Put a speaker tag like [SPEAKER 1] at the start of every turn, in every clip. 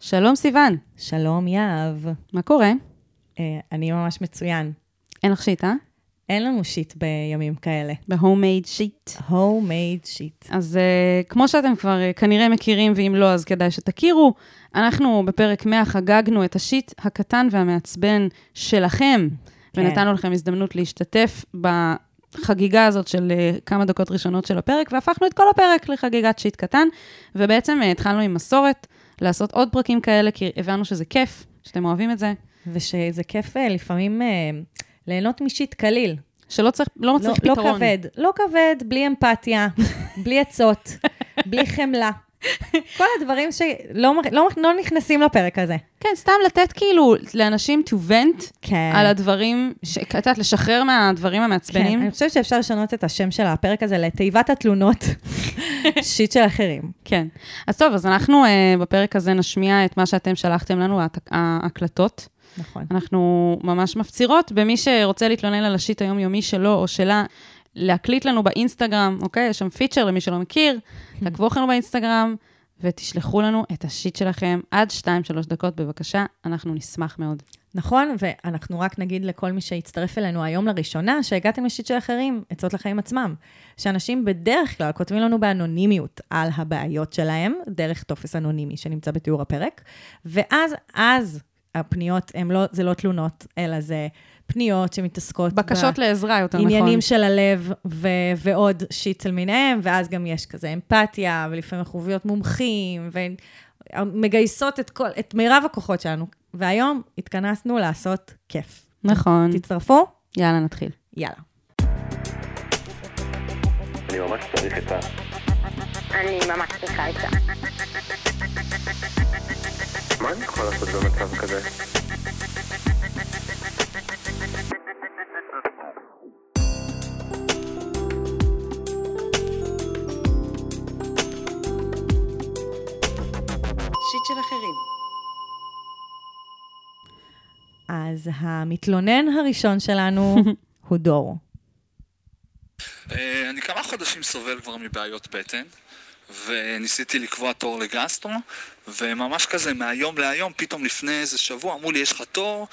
[SPEAKER 1] שלום סיוון,
[SPEAKER 2] שלום, יהב.
[SPEAKER 1] מה קורה?
[SPEAKER 2] אה, אני ממש מצוין.
[SPEAKER 1] אין לך שיט, אה?
[SPEAKER 2] אין לנו שיט בימים כאלה.
[SPEAKER 1] בהומייד שיט.
[SPEAKER 2] homemade שיט.
[SPEAKER 1] אז uh, כמו שאתם כבר uh, כנראה מכירים, ואם לא, אז כדאי שתכירו, אנחנו בפרק 100 חגגנו את השיט הקטן והמעצבן שלכם, כן.
[SPEAKER 2] כן.
[SPEAKER 1] ונתנו לכם הזדמנות להשתתף בחגיגה הזאת של uh, כמה דקות ראשונות של הפרק, והפכנו את כל הפרק לחגיגת שיט קטן, ובעצם uh, התחלנו עם מסורת, לעשות עוד פרקים כאלה, כי הבנו שזה כיף, שאתם אוהבים את זה,
[SPEAKER 2] ושזה כיף אה, לפעמים אה, ליהנות משיט קליל.
[SPEAKER 1] שלא צריך, לא
[SPEAKER 2] לא,
[SPEAKER 1] מצריך
[SPEAKER 2] לא
[SPEAKER 1] פתרון.
[SPEAKER 2] כבד. לא כבד, בלי אמפתיה, בלי עצות, בלי חמלה. כל הדברים שלא מר- לא, לא נכנסים לפרק הזה.
[SPEAKER 1] כן, סתם לתת כאילו לאנשים to vent
[SPEAKER 2] כן.
[SPEAKER 1] על הדברים, ש- את יודעת, לשחרר מהדברים
[SPEAKER 2] כן,
[SPEAKER 1] המעצבנים.
[SPEAKER 2] אני חושבת שאפשר לשנות את השם של הפרק הזה לתיבת התלונות שיט של אחרים.
[SPEAKER 1] כן. אז טוב, אז אנחנו אה, בפרק הזה נשמיע את מה שאתם שלחתם לנו, ההת- ההקלטות.
[SPEAKER 2] נכון.
[SPEAKER 1] אנחנו ממש מפצירות במי שרוצה להתלונן על השיט היומיומי שלו או שלה, להקליט לנו באינסטגרם, אוקיי? יש שם פיצ'ר למי שלא מכיר,
[SPEAKER 2] Mm-hmm.
[SPEAKER 1] תעקבו אחרינו באינסטגרם. ותשלחו לנו את השיט שלכם עד 2-3 דקות בבקשה, אנחנו נשמח מאוד.
[SPEAKER 2] נכון, ואנחנו רק נגיד לכל מי שהצטרף אלינו היום לראשונה, שהגעתם לשיט של אחרים, עצות לחיים עצמם. שאנשים בדרך כלל כותבים לנו באנונימיות על הבעיות שלהם, דרך טופס אנונימי שנמצא בתיאור הפרק, ואז, אז הפניות, הם לא, זה לא תלונות, אלא זה פניות שמתעסקות...
[SPEAKER 1] בקשות לעזרה, יותר נכון.
[SPEAKER 2] עניינים של הלב ו- ועוד שיט למיניהם, ואז גם יש כזה אמפתיה, ולפעמים אנחנו מביאות מומחים, ומגייסות את, כל- את מירב הכוחות שלנו. והיום התכנסנו לעשות כיף.
[SPEAKER 1] נכון.
[SPEAKER 2] תצטרפו?
[SPEAKER 1] יאללה, נתחיל.
[SPEAKER 2] יאללה.
[SPEAKER 3] אני ממש צריך את ה...
[SPEAKER 4] אני ממש צריכה את זה.
[SPEAKER 3] מה אני יכול לעשות במצב כזה?
[SPEAKER 2] אז המתלונן הראשון שלנו הוא דור.
[SPEAKER 5] אה, אני כמה חודשים סובל כבר מבעיות בטן, וניסיתי לקבוע תור לגסטרו, וממש כזה מהיום להיום, פתאום לפני איזה שבוע, אמרו לי, יש לך תור,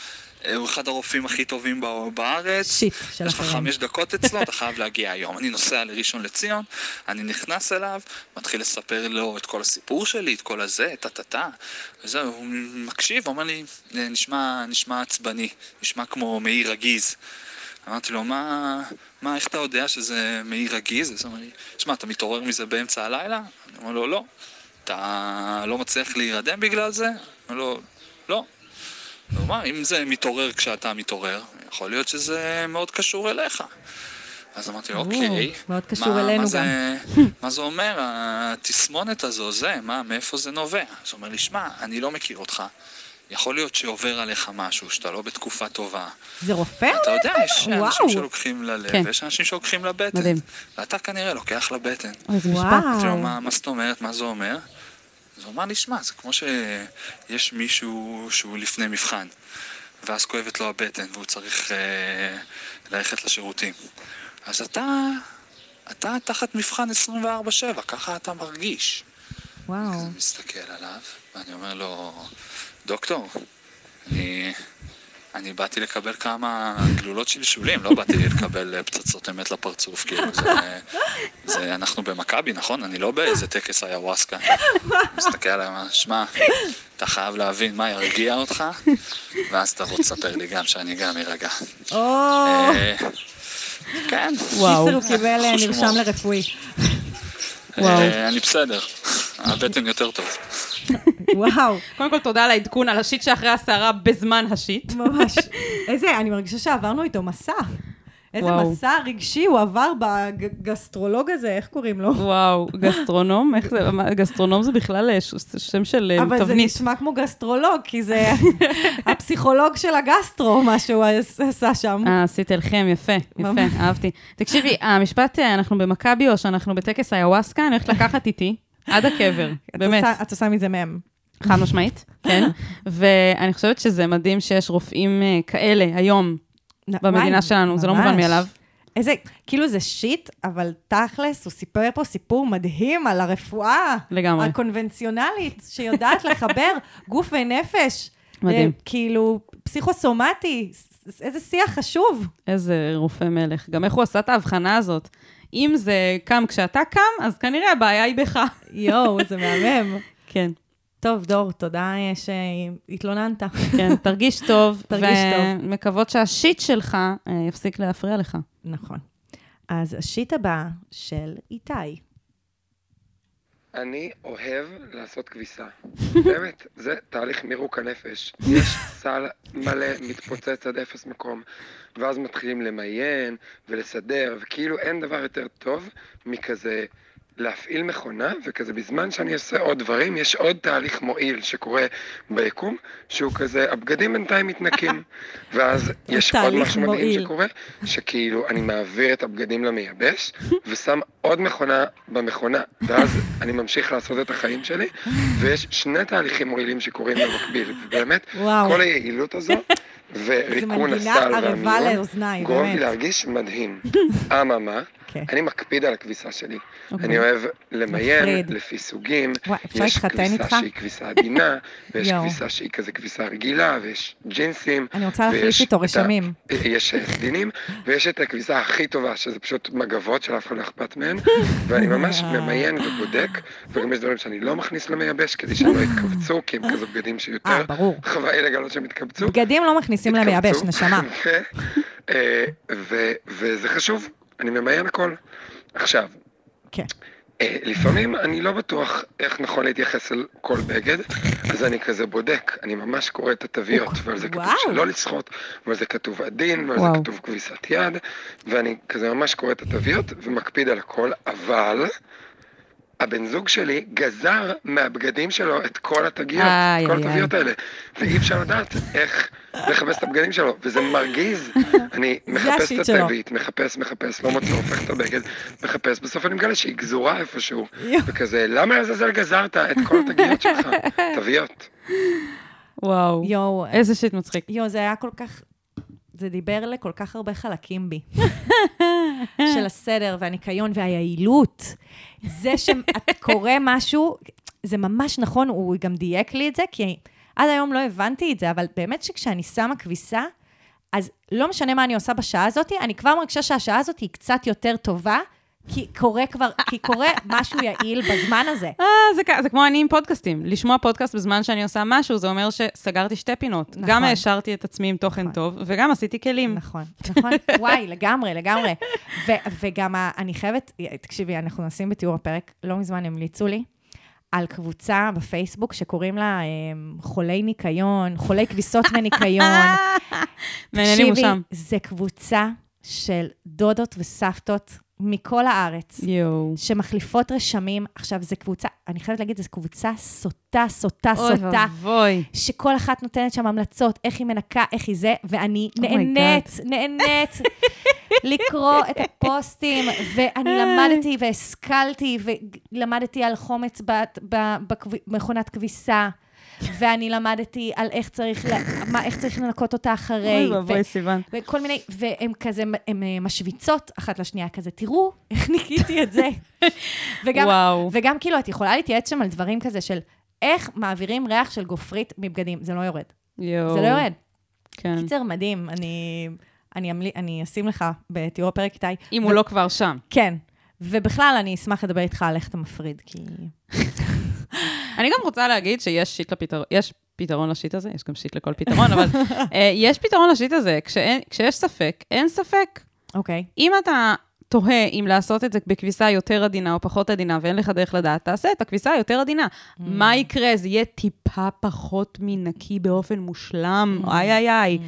[SPEAKER 5] אה, הוא אחד הרופאים הכי טובים בא- בארץ.
[SPEAKER 2] שיט של
[SPEAKER 5] יש לך
[SPEAKER 2] אחרים.
[SPEAKER 5] חמש דקות אצלו, אתה חייב להגיע היום. אני נוסע לראשון לציון, אני נכנס אליו, מתחיל לספר לו את כל הסיפור שלי, את כל הזה, טה-טה-טה. וזהו, הוא מקשיב, אומר לי, "אה, נשמע, נשמע עצבני, נשמע כמו מאיר רגיז. אמרתי לו, מה, מה, איך אתה יודע שזה מעי רגיז? אז הוא אמר לי, שמע, אתה מתעורר מזה באמצע הלילה? אני אומר לו, לא. אתה לא מצליח להירדם בגלל זה? אני אומר לו, לא. נו מה, אם זה מתעורר כשאתה מתעורר, יכול להיות שזה מאוד קשור אליך. אז אמרתי לו,
[SPEAKER 2] או,
[SPEAKER 5] אוקיי.
[SPEAKER 2] מאוד קשור
[SPEAKER 5] מה-
[SPEAKER 2] אלינו
[SPEAKER 5] מה זה- מה זה אומר, התסמונת הזו, זה, מה, מאיפה זה נובע? אז הוא אומר לי, שמע, אני לא מכיר אותך. יכול להיות שעובר עליך משהו, שאתה לא בתקופה טובה.
[SPEAKER 2] זה רופא?
[SPEAKER 5] אתה יודע, יש אנשים
[SPEAKER 2] וואו.
[SPEAKER 5] שלוקחים ללב,
[SPEAKER 1] כן.
[SPEAKER 5] ויש אנשים שלוקחים לבטן.
[SPEAKER 1] מדהים.
[SPEAKER 5] ואתה כנראה לוקח לבטן.
[SPEAKER 1] אוי, זה משפט.
[SPEAKER 5] אמרתי לו,
[SPEAKER 2] וואו.
[SPEAKER 5] מה מה זאת אומרת, מה זה אומר? אז הוא אמר לי, שמע, זה כמו שיש מישהו שהוא לפני מבחן, ואז כואבת לו הבטן, והוא צריך אה, ללכת לשירותים. אז אתה, אתה תחת מבחן 24-7, ככה אתה מרגיש.
[SPEAKER 2] וואו.
[SPEAKER 5] אני מסתכל עליו, ואני אומר לו, דוקטור, אני, אני באתי לקבל כמה גלולות שלשולים, לא באתי לקבל אה, פצצות אמת לפרצוף, כאילו, זה, זה אנחנו במכבי, נכון? אני לא באיזה טקס איוואסקה. מסתכל עליי, אומר, שמע, אתה חייב להבין מה ירגיע אותך, ואז אתה רוצה לספר לי גם שאני גם ארגע.
[SPEAKER 2] או,
[SPEAKER 5] אה, כן,
[SPEAKER 2] קיצר הוא קיבל אה,
[SPEAKER 5] חוש
[SPEAKER 2] נרשם
[SPEAKER 5] הומור.
[SPEAKER 2] לרפואי.
[SPEAKER 1] וואו.
[SPEAKER 5] אה, אני בסדר, הבטן יותר טוב.
[SPEAKER 2] וואו,
[SPEAKER 1] קודם כל, תודה על העדכון על השיט שאחרי הסערה בזמן השיט.
[SPEAKER 2] ממש. איזה, אני מרגישה שעברנו איתו מסע. איזה
[SPEAKER 1] וואו.
[SPEAKER 2] מסע רגשי הוא עבר בגסטרולוג הזה, איך קוראים לו?
[SPEAKER 1] וואו, גסטרונום? איך זה, מה, גסטרונום זה בכלל אה, ש- שם של אה,
[SPEAKER 2] אבל זה
[SPEAKER 1] תבנית.
[SPEAKER 2] נשמע כמו גסטרולוג, כי זה הפסיכולוג של הגסטרו, מה שהוא עשה שם.
[SPEAKER 1] אה, עשיתי לכם, יפה,
[SPEAKER 2] ממש.
[SPEAKER 1] יפה, אהבתי. תקשיבי, המשפט, אה, אנחנו במכבי או שאנחנו בטקס איוואסקה, אני הולכת לקחת איתי, עד הקבר,
[SPEAKER 2] את
[SPEAKER 1] באמת,
[SPEAKER 2] עושה- את עושה מזה מהם.
[SPEAKER 1] חד משמעית, כן. ואני חושבת שזה מדהים שיש רופאים אה, כאלה היום במדינה שלנו, זה לא מובן מאליו.
[SPEAKER 2] איזה, כאילו זה שיט, אבל תכלס, הוא סיפר פה סיפור מדהים על הרפואה.
[SPEAKER 1] לגמרי.
[SPEAKER 2] הקונבנציונלית, שיודעת לחבר גוף ונפש.
[SPEAKER 1] מדהים.
[SPEAKER 2] אה, כאילו, פסיכוסומטי, ס- ס- איזה שיח חשוב.
[SPEAKER 1] איזה רופא מלך. גם איך הוא עשה את ההבחנה הזאת. אם זה קם כשאתה קם, אז כנראה הבעיה היא בך.
[SPEAKER 2] יואו, זה מהמם.
[SPEAKER 1] כן,
[SPEAKER 2] טוב, דור, תודה אה, שהתלוננת.
[SPEAKER 1] כן, תרגיש טוב.
[SPEAKER 2] תרגיש טוב.
[SPEAKER 1] ומקוות שהשיט שלך אה, יפסיק להפריע לך.
[SPEAKER 2] נכון. אז השיט הבא של איתי.
[SPEAKER 6] אני אוהב לעשות כביסה. באמת, זה תהליך מירוק הנפש. יש סל מלא מתפוצץ עד אפס מקום, ואז מתחילים למיין ולסדר, וכאילו אין דבר יותר טוב מכזה להפעיל מכונה, וכזה בזמן שאני עושה עוד דברים, יש עוד תהליך מועיל שקורה ביקום, שהוא כזה, הבגדים בינתיים מתנקים. ואז יש עוד
[SPEAKER 2] תהליך
[SPEAKER 6] משהו מדהים
[SPEAKER 2] מועיל.
[SPEAKER 6] שקורה, שכאילו אני מעביר את הבגדים למייבש, ושם עוד מכונה במכונה, ואז אני ממשיך לעשות את החיים שלי, ויש שני תהליכים מועילים שקורים במקביל, ובאמת,
[SPEAKER 2] וואו.
[SPEAKER 6] כל היעילות הזו, וריקון
[SPEAKER 2] מנגינה
[SPEAKER 6] הסל
[SPEAKER 2] ערבה
[SPEAKER 6] והמיון,
[SPEAKER 2] לאוזניי,
[SPEAKER 6] גורם לי
[SPEAKER 2] באמת.
[SPEAKER 6] להרגיש מדהים. אממה,
[SPEAKER 2] כן.
[SPEAKER 6] אני מקפיד על הכביסה שלי.
[SPEAKER 1] אוקיי.
[SPEAKER 6] אני אוהב למיין
[SPEAKER 2] מפריד.
[SPEAKER 6] לפי סוגים,
[SPEAKER 2] וואי, אפשר
[SPEAKER 6] יש
[SPEAKER 2] להתחתן
[SPEAKER 6] כביסה
[SPEAKER 2] איתך?
[SPEAKER 6] שהיא כביסה עדינה, ויש
[SPEAKER 2] יואו.
[SPEAKER 6] כביסה שהיא כזה כביסה רגילה, ויש ג'ינסים.
[SPEAKER 2] אני רוצה להחליף
[SPEAKER 6] ויש
[SPEAKER 2] איתו
[SPEAKER 6] את ה-
[SPEAKER 2] רשמים.
[SPEAKER 6] יש אה, סדינים, ויש את הכביסה הכי טובה, שזה פשוט מגבות שלאף אחד לא אכפת מהן, ואני ממש
[SPEAKER 2] אה.
[SPEAKER 6] ממיין ובודק, וגם יש דברים שאני לא מכניס למייבש כדי שהם לא יתכווצו, כי הם כזה בגדים
[SPEAKER 2] אה,
[SPEAKER 6] שיותר
[SPEAKER 2] ברור.
[SPEAKER 6] חוואי לגלות שהם התכווצו.
[SPEAKER 2] בגדים לא מכניסים להם
[SPEAKER 6] התכווצו.
[SPEAKER 2] יבש, נשמה.
[SPEAKER 6] ו- כן, אה, ו- וזה חשוב, אני ממיין הכל. עכשיו,
[SPEAKER 2] כן.
[SPEAKER 6] אה, לפעמים אני לא בטוח איך נכון להתייחס אל כל בגד, אז אני כזה בודק, אני ממש קורא את התוויות, ועל זה כתוב
[SPEAKER 2] וואו.
[SPEAKER 6] שלא לסחוט, ועל זה כתוב עדין, ועל זה
[SPEAKER 1] וואו.
[SPEAKER 6] כתוב כביסת יד, ואני כזה ממש קורא את התוויות ומקפיד על הכל, אבל הבן זוג שלי גזר מהבגדים שלו את כל התגיות,
[SPEAKER 1] איי,
[SPEAKER 6] את כל
[SPEAKER 1] איי,
[SPEAKER 6] התוויות האלה, ואי אפשר לדעת איך לחפש את הבגדים שלו, וזה מרגיז. אני מחפש
[SPEAKER 2] השיט
[SPEAKER 6] את
[SPEAKER 2] שלו.
[SPEAKER 6] התווית, מחפש, מחפש, לא מוצא, הופך את הבגד, מחפש, בסוף אני מגלה שהיא גזורה איפשהו,
[SPEAKER 2] יואו.
[SPEAKER 6] וכזה, למה לעזאזל גזרת את כל התגיות שלך? תוויות.
[SPEAKER 1] וואו.
[SPEAKER 2] יואו,
[SPEAKER 1] איזה שיט מצחיק.
[SPEAKER 2] יואו, זה היה כל כך... זה דיבר לכל כך הרבה חלקים בי. של הסדר והניקיון והיעילות. זה שקורא משהו, זה ממש נכון, הוא גם דייק לי את זה, כי עד היום לא הבנתי את זה, אבל באמת שכשאני שמה כביסה, אז לא משנה מה אני עושה בשעה הזאת, אני כבר מרגישה שהשעה הזאת היא קצת יותר טובה, כי קורה כבר, כי קורה משהו יעיל בזמן הזה.
[SPEAKER 1] אה, זה, כ- זה כמו אני עם פודקאסטים. לשמוע פודקאסט בזמן שאני עושה משהו, זה אומר שסגרתי שתי פינות.
[SPEAKER 2] נכון.
[SPEAKER 1] גם העשרתי את עצמי עם תוכן טוב, וגם עשיתי כלים.
[SPEAKER 2] נכון, נכון. וואי, לגמרי, לגמרי. ו- וגם ה- אני חייבת, תקשיבי, אנחנו נשים בתיאור הפרק, לא מזמן המליצו לי, על קבוצה בפייסבוק שקוראים לה אמ, חולי ניקיון, חולי כביסות וניקיון.
[SPEAKER 1] מעניינים הוא שם.
[SPEAKER 2] זה קבוצה של דודות וסבתות מכל הארץ.
[SPEAKER 1] יואו.
[SPEAKER 2] שמחליפות רשמים, עכשיו, זו קבוצה, אני חייבת להגיד, זו קבוצה סוטה, סוטה,
[SPEAKER 1] אוי
[SPEAKER 2] סוטה.
[SPEAKER 1] ואבוי.
[SPEAKER 2] שכל אחת נותנת שם המלצות, איך היא מנקה, איך היא זה, ואני
[SPEAKER 1] Oh my
[SPEAKER 2] נהנית, נהנית לקרוא את הפוסטים, ואני
[SPEAKER 1] אה.
[SPEAKER 2] למדתי והשכלתי, ולמדתי על חומץ בת- ב- בכב- במכונת כביסה. ואני למדתי על איך צריך, ל- מה, איך צריך לנקות אותה אחרי.
[SPEAKER 1] אוי ואבוי,
[SPEAKER 2] ו-
[SPEAKER 1] סיוון.
[SPEAKER 2] וכל מיני, והן כזה, הן משוויצות אחת לשנייה, כזה, תראו איך ניקיתי את זה. וגם,
[SPEAKER 1] וואו.
[SPEAKER 2] וגם כאילו, את יכולה להתייעץ שם על דברים כזה של איך מעבירים ריח של גופרית מבגדים. זה לא יורד.
[SPEAKER 1] יואו.
[SPEAKER 2] זה לא יורד.
[SPEAKER 1] כן.
[SPEAKER 2] קיצר, מדהים. אני, אני, אמלי, אני אשים לך בתיאור הפרק איתי.
[SPEAKER 1] אם הוא לא כבר שם.
[SPEAKER 2] כן. ובכלל, אני אשמח לדבר איתך על איך אתה מפריד, כי...
[SPEAKER 1] אני גם רוצה להגיד שיש שיט לפתרון, יש פתרון לשיט הזה, יש גם שיט לכל פתרון, אבל אה, יש פתרון לשיט הזה. כשאין- כשיש ספק, אין ספק.
[SPEAKER 2] אוקיי.
[SPEAKER 1] אם אתה תוהה אם לעשות את זה בכביסה יותר עדינה או פחות עדינה, ואין לך דרך לדעת, תעשה את הכביסה היותר עדינה.
[SPEAKER 2] Mm.
[SPEAKER 1] מה יקרה? זה יהיה טיפה פחות מנקי באופן מושלם,
[SPEAKER 2] Mm.
[SPEAKER 1] איי איי איי.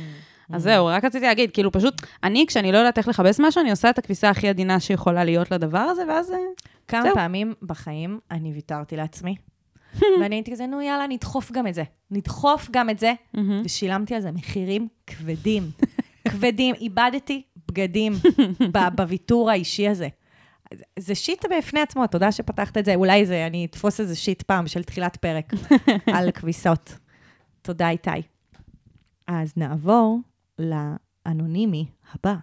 [SPEAKER 1] אז זהו, רק רציתי להגיד, כאילו פשוט, אני, כשאני לא יודעת איך לכבס משהו, אני עושה את הכביסה הכי עדינה שיכולה להיות לדבר הזה, ואז... אה,
[SPEAKER 2] כמה
[SPEAKER 1] זהו.
[SPEAKER 2] פעמים בחיים אני ויתרתי לעצמי, ואני הייתי כזה, נו יאללה, נדחוף גם את זה. נדחוף גם את זה, ושילמתי על זה מחירים כבדים. כבדים. איבדתי בגדים ב- בוויתור האישי הזה. זה שיט בפני עצמו, תודה שפתחת את זה. אולי זה, אני אתפוס איזה שיט פעם של תחילת פרק על כביסות. תודה, איתי. אז נעבור לאנונימי הבא.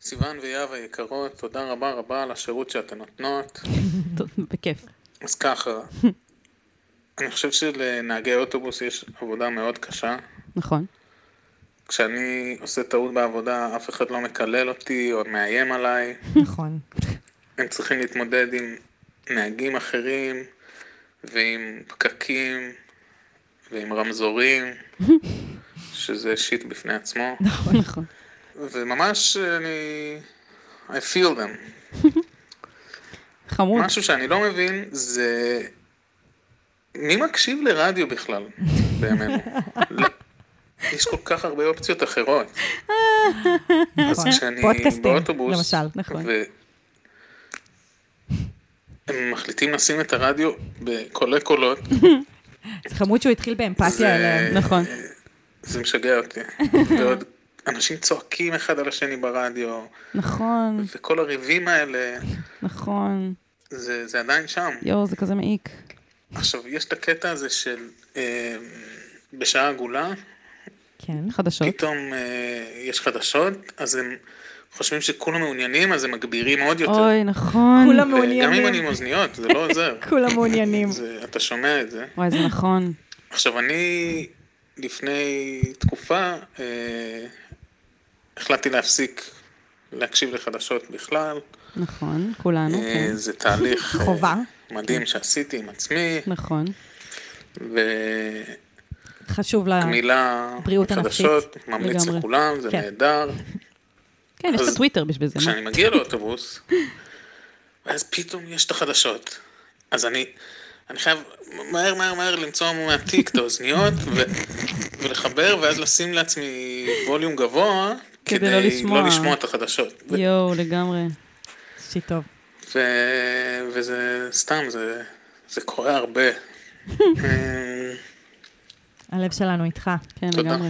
[SPEAKER 7] סיוון ויהב היקרות, תודה רבה רבה על השירות שאתן נותנות.
[SPEAKER 1] טוב, בכיף.
[SPEAKER 7] אז ככה, אני חושב שלנהגי אוטובוס יש עבודה מאוד קשה.
[SPEAKER 1] נכון.
[SPEAKER 7] כשאני עושה טעות בעבודה, אף אחד לא מקלל אותי או מאיים עליי.
[SPEAKER 2] נכון.
[SPEAKER 7] הם צריכים להתמודד עם נהגים אחרים ועם פקקים ועם רמזורים, שזה שיט בפני עצמו.
[SPEAKER 1] נכון.
[SPEAKER 7] וממש אני... I feel them.
[SPEAKER 1] חמוד.
[SPEAKER 7] משהו שאני לא מבין זה מי מקשיב לרדיו בכלל, בימינו. לא. יש כל כך הרבה אופציות אחרות. אז
[SPEAKER 2] נכון.
[SPEAKER 7] כשאני
[SPEAKER 2] פודקאסטים,
[SPEAKER 7] באוטובוס,
[SPEAKER 2] למשל.
[SPEAKER 1] נכון.
[SPEAKER 7] והם מחליטים לשים את הרדיו בקולי קולות,
[SPEAKER 2] זה חמוד שהוא התחיל באמפתיה אליהם.
[SPEAKER 1] נכון.
[SPEAKER 7] זה משגע אותי. ועוד אנשים צועקים אחד על השני ברדיו,
[SPEAKER 1] נכון,
[SPEAKER 7] וכל הריבים האלה,
[SPEAKER 1] נכון.
[SPEAKER 7] זה, זה עדיין שם.
[SPEAKER 1] יואו, זה כזה מעיק.
[SPEAKER 7] עכשיו, יש את הקטע הזה של אה, בשעה עגולה,
[SPEAKER 2] כן.
[SPEAKER 1] חדשות.
[SPEAKER 7] פתאום אה, יש חדשות, אז הם חושבים שכולם מעוניינים, אז הם מגבירים עוד יותר.
[SPEAKER 1] אוי, נכון.
[SPEAKER 2] כולם
[SPEAKER 7] וגם אם
[SPEAKER 2] מעוניינים.
[SPEAKER 7] אני עם אוזניות, זה לא עוזר.
[SPEAKER 2] כולם מעוניינים.
[SPEAKER 7] זה, אתה שומע את זה.
[SPEAKER 1] וואי, זה נכון.
[SPEAKER 7] עכשיו, אני לפני תקופה אה, החלטתי להפסיק להקשיב לחדשות בכלל.
[SPEAKER 1] נכון, כולנו,
[SPEAKER 7] אה,
[SPEAKER 1] כן.
[SPEAKER 7] זה תהליך אה,
[SPEAKER 2] חובה. כן.
[SPEAKER 7] מדהים שעשיתי עם עצמי,
[SPEAKER 1] נכון.
[SPEAKER 7] וגמילה
[SPEAKER 2] חשוב לה...
[SPEAKER 7] לא-
[SPEAKER 2] בריאות
[SPEAKER 7] חדשות, ממליץ
[SPEAKER 1] לגמרי.
[SPEAKER 7] לכולם, זה
[SPEAKER 2] כן.
[SPEAKER 7] נהדר.
[SPEAKER 1] כן, יש את
[SPEAKER 7] אז-
[SPEAKER 1] הטוויטר בשביל זה. מה?
[SPEAKER 7] כשאני מגיע לאוטובוס, ואז פתאום יש את החדשות. אז אני, אני חייב מהר מהר מהר למצוא מהתיק את האוזניות ו, ולחבר, ואז לשים לעצמי ווליום גבוה,
[SPEAKER 1] כדי
[SPEAKER 7] כדי,
[SPEAKER 1] לא לשמוע.
[SPEAKER 7] לא לשמוע את החדשות. ו,
[SPEAKER 1] יואו, לגמרי.
[SPEAKER 2] שיט טוב.
[SPEAKER 7] ו, וזה סתם, זה, זה קורה הרבה. אה,
[SPEAKER 2] הלב שלנו איתך.
[SPEAKER 1] כן,
[SPEAKER 7] תודה.
[SPEAKER 1] לגמרי.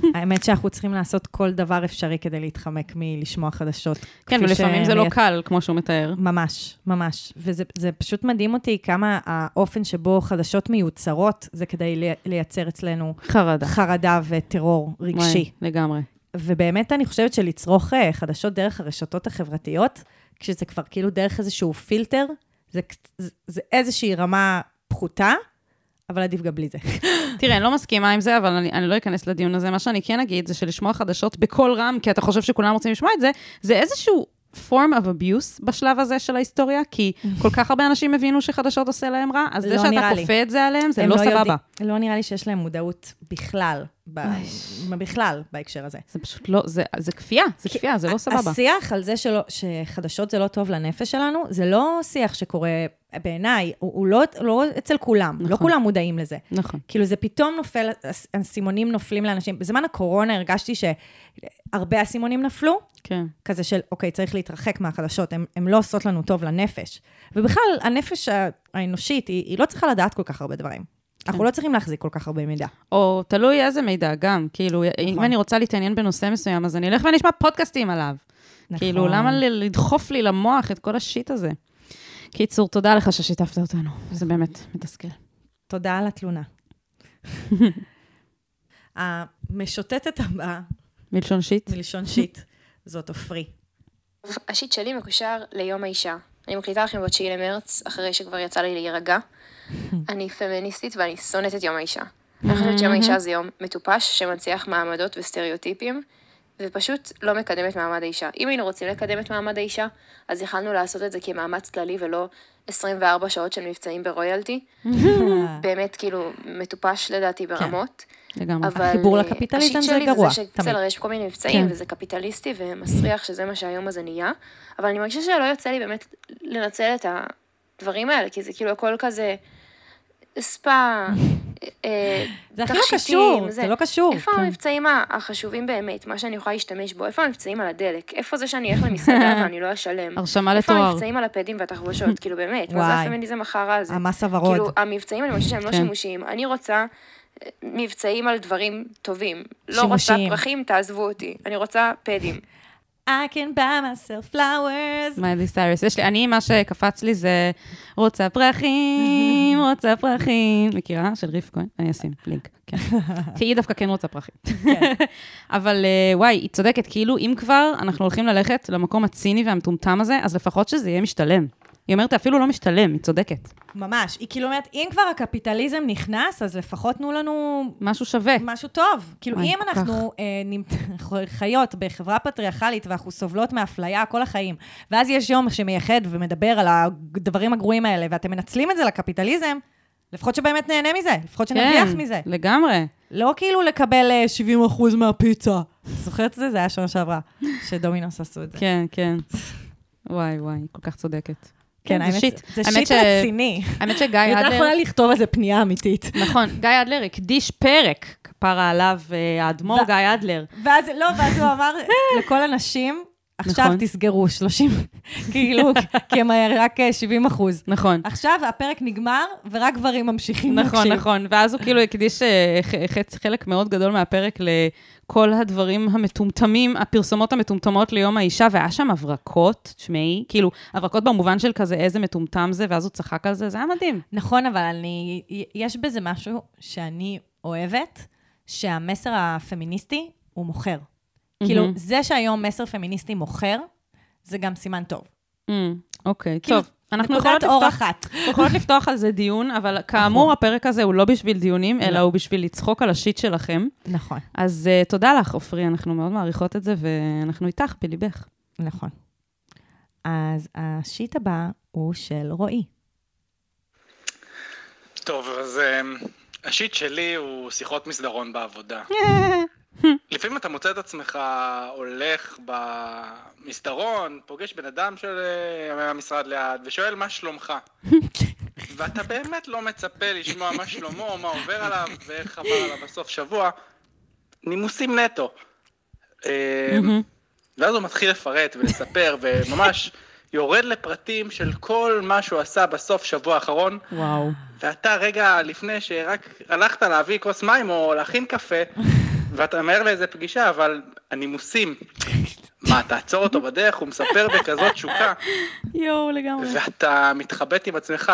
[SPEAKER 2] האמת שאנחנו צריכים לעשות כל דבר אפשרי כדי להתחמק מלשמוע חדשות.
[SPEAKER 1] כן,
[SPEAKER 2] כפי
[SPEAKER 1] ולפעמים זה לא
[SPEAKER 2] שמי-
[SPEAKER 1] קל, כמו שהוא מתאר.
[SPEAKER 2] ממש, ממש. וזה זה פשוט מדהים אותי כמה האופן שבו חדשות מיוצרות, זה כדי לי- לייצר אצלנו
[SPEAKER 1] חרדה.
[SPEAKER 2] חרדה וטרור רגשי.
[SPEAKER 1] וואי, לגמרי.
[SPEAKER 2] ובאמת אני חושבת שלצרוך אה, חדשות דרך הרשתות החברתיות, כשזה כבר כאילו דרך איזשהו פילטר, זה, קצ- זה, זה איזושהי רמה פחותה, אבל עדיף גם בלי זה.
[SPEAKER 1] תראה, אני לא מסכימה עם זה, אבל אני, אני לא אכנס לדיון הזה. מה שאני כן אגיד זה שלשמוע חדשות בקול רם, כי אתה חושב שכולם רוצים לשמוע את זה, זה איזשהו form of abuse בשלב הזה של ההיסטוריה, כי כל כך הרבה אנשים הבינו שחדשות עושה להם רע, אז
[SPEAKER 2] לא
[SPEAKER 1] זה שאתה
[SPEAKER 2] נראה לי.
[SPEAKER 1] כופה את זה עליהם, זה
[SPEAKER 2] הם
[SPEAKER 1] לא סבבה.
[SPEAKER 2] יודעים- לא נראה לי שיש להם מודעות בכלל, ב, בכלל בהקשר הזה.
[SPEAKER 1] זה פשוט לא, זה, זה כפייה, זה כפייה, זה לא סבבה.
[SPEAKER 2] השיח על זה שלא, שחדשות זה לא טוב לנפש שלנו, זה לא שיח שקורה, בעיניי, הוא, הוא לא, לא אצל כולם, נכון. לא
[SPEAKER 1] נכון.
[SPEAKER 2] כולם מודעים לזה.
[SPEAKER 1] נכון.
[SPEAKER 2] כאילו זה פתאום נופל, הס- הסימונים נופלים לאנשים. בזמן הקורונה הרגשתי שהרבה הסימונים נפלו,
[SPEAKER 1] כן,
[SPEAKER 2] כזה של, אוקיי, צריך להתרחק מהחדשות, הן לא עושות לנו טוב לנפש. ובכלל, הנפש ה- האנושית, היא, היא לא צריכה לדעת כל כך הרבה דברים.
[SPEAKER 1] כן.
[SPEAKER 2] אנחנו לא צריכים להחזיק כל כך הרבה מידע.
[SPEAKER 1] או תלוי איזה מידע גם, כאילו, אם אני רוצה להתעניין בנושא מסוים, אז אני אלך ואני אשמע פודקאסטים עליו.
[SPEAKER 2] נכון.
[SPEAKER 1] כאילו, למה ל- לדחוף לי למוח את כל השיט הזה? קיצור, תודה לך ששיתפת אותנו, זה באמת מתסכל.
[SPEAKER 2] תודה על התלונה. המשוטטת הבאה,
[SPEAKER 1] מלשון שיט?
[SPEAKER 2] מלשון שיט, זאת עופרי.
[SPEAKER 8] טוב, השיט שלי מקושר ליום האישה. אני מקליטה לכם ב-9 למרץ, אחרי שכבר יצא לי להירגע. אני פמיניסטית ואני שונאת את יום האישה. אני חושבת שיום האישה זה יום מטופש שמנציח מעמדות וסטריאוטיפים, ופשוט לא מקדם את מעמד האישה. אם היינו רוצים לקדם את מעמד האישה, אז יכלנו לעשות את זה כמאמץ כללי ולא 24 שעות של מבצעים ברויאלטי. באמת, כאילו, מטופש לדעתי ברמות.
[SPEAKER 1] לגמרי.
[SPEAKER 8] אבל...
[SPEAKER 2] החיבור
[SPEAKER 8] אה,
[SPEAKER 2] לקפיטליזם
[SPEAKER 8] השיט
[SPEAKER 2] זה
[SPEAKER 8] שלי
[SPEAKER 2] גרוע,
[SPEAKER 8] זה
[SPEAKER 2] תמיד.
[SPEAKER 8] שבסדר, יש כל מיני מבצעים,
[SPEAKER 1] כן.
[SPEAKER 8] וזה קפיטליסטי ומסריח שזה מה שהיום הזה נהיה, אבל אני מרגישה שלא יוצא לי באמת לנצל את הדברים האלה, כי זה כאילו הכל כזה ספא, אה,
[SPEAKER 2] זה הכי לא
[SPEAKER 8] תכשיטים,
[SPEAKER 2] קשור, זה לא קשור.
[SPEAKER 8] איפה
[SPEAKER 2] כן.
[SPEAKER 8] המבצעים ה- החשובים באמת, מה שאני יכולה להשתמש בו, איפה המבצעים על הדלק, איפה זה שאני אלך למסעדה ואני לא אשלם,
[SPEAKER 1] הרשמה
[SPEAKER 8] איפה
[SPEAKER 1] לתואר.
[SPEAKER 8] המבצעים על הפדים והתחבושות, כאילו באמת, מה זה
[SPEAKER 2] וואי.
[SPEAKER 8] הפמיניזם החרא הזה?
[SPEAKER 2] המס הוורוד.
[SPEAKER 8] כאילו, המבצעים, אני מרגישה שהם לא
[SPEAKER 1] כן.
[SPEAKER 8] שימושיים. אני רוצה אה, מבצעים על דברים טובים. לא רוצה
[SPEAKER 2] שימושיים.
[SPEAKER 8] פרחים, תעזבו אותי. אני רוצה פדים.
[SPEAKER 2] I can buy myself flowers.
[SPEAKER 1] מיילי סיירס. יש לי, אני, מה שקפץ לי זה רוצה פרחים, רוצה פרחים. מכירה? של ריף כהן? אני אשים לינק, כן. שהיא דווקא כן רוצה פרחים. אבל אה, וואי, היא צודקת, כאילו, אם כבר אנחנו הולכים ללכת למקום הציני והמטומטם הזה, אז לפחות שזה יהיה משתלם. היא אומרת, אפילו לא משתלם, היא צודקת.
[SPEAKER 2] ממש. היא כאילו אומרת, אם כבר הקפיטליזם נכנס, אז לפחות תנו לנו
[SPEAKER 1] משהו שווה.
[SPEAKER 2] משהו טוב. כאילו,
[SPEAKER 1] וואי,
[SPEAKER 2] אם
[SPEAKER 1] כל
[SPEAKER 2] אנחנו אה, נמת- חיות בחברה פטריארכלית ואנחנו סובלות מאפליה כל החיים, ואז יש יום שמייחד ומדבר על הדברים הגרועים האלה, ואתם מנצלים את זה לקפיטליזם, לפחות שבאמת נהנה מזה, לפחות שנרוויח
[SPEAKER 1] כן,
[SPEAKER 2] מזה.
[SPEAKER 1] לגמרי.
[SPEAKER 2] לא כאילו לקבל אה, 70% מהפיצה. זוכרת את זה? זה היה שנה שעברה, שדומינוס עשו את זה.
[SPEAKER 1] כן, כן. וואי, וואי, היא כל כך צודקת.
[SPEAKER 2] כן, האמת,
[SPEAKER 1] זה שיט.
[SPEAKER 2] זה
[SPEAKER 1] האמת
[SPEAKER 2] שיט
[SPEAKER 1] ש-
[SPEAKER 2] רציני.
[SPEAKER 1] האמת שגיא
[SPEAKER 2] היא הייתה
[SPEAKER 1] אדלר...
[SPEAKER 2] יכולה לכתוב על זה פנייה אמיתית.
[SPEAKER 1] נכון, גיא אדלר הקדיש פרק, כפרה עליו אה, האדמו"ר
[SPEAKER 2] ו-
[SPEAKER 1] גיא אדלר.
[SPEAKER 2] ואז, לא, ואז הוא אמר לכל הנשים, עכשיו
[SPEAKER 1] נכון.
[SPEAKER 2] תסגרו 30, כאילו, כי הם רק אה, 70 אחוז.
[SPEAKER 1] נכון.
[SPEAKER 2] עכשיו הפרק נגמר, ורק גברים ממשיכים
[SPEAKER 1] נכון, נכון, ואז הוא כאילו הקדיש אה, ח- חצ- חלק מאוד גדול מהפרק לכל הדברים המטומטמים, הפרסומות המטומטמות ליום האישה, והיה שם הברקות, תשמעי, כאילו, הברקות במובן של כזה איזה מטומטם זה, ואז הוא צחק על זה, זה היה מדהים.
[SPEAKER 2] נכון, אבל אני, יש בזה משהו שאני אוהבת, שהמסר הפמיניסטי הוא מוכר. כאילו,
[SPEAKER 1] מהמם.
[SPEAKER 2] זה שהיום מסר פמיניסטי מוכר, זה גם סימן טוב.
[SPEAKER 1] אמ, אוקיי,
[SPEAKER 2] כאילו,
[SPEAKER 1] טוב. אנחנו יכולות
[SPEAKER 2] Mm, נקודת אור
[SPEAKER 1] לפתוח,
[SPEAKER 2] אחת.
[SPEAKER 1] אנחנו יכולות לפתוח על זה דיון, אבל כאמור,
[SPEAKER 2] נכון.
[SPEAKER 1] הפרק הזה הוא לא בשביל דיונים, אלא הוא בשביל לצחוק על השיט שלכם.
[SPEAKER 2] נכון,
[SPEAKER 1] אז אה, תודה לך, עופרי, אנחנו מאוד מעריכות את זה, ואנחנו איתך, בליבך.
[SPEAKER 2] נכון. אז השיט הבא הוא של רועי.
[SPEAKER 9] טוב, אז אמ, השיט שלי הוא שיחות מסדרון בעבודה. לפעמים אתה מוצא את עצמך הולך במסדרון, פוגש בן אדם של אה, מהמשרד ליד, ושואל מה שלומך. ואתה באמת לא מצפה לשמוע מה שלומו, או מה עובר עליו, ואיך עבר עליו בסוף שבוע. נימוסים נטו. אמ, ואז הוא מתחיל לפרט ולספר, וממש יורד לפרטים של כל מה שהוא עשה בסוף שבוע האחרון.
[SPEAKER 1] וואו.
[SPEAKER 9] ואתה רגע לפני שרק הלכת להביא כוס מים או להכין קפה, ואתה מהר לאיזה פגישה, אבל הנימוסים. מה, תעצור אותו בדרך? הוא מספר בכזאת תשוקה,
[SPEAKER 1] יואו, לגמרי.
[SPEAKER 9] ואתה מתחבט עם עצמך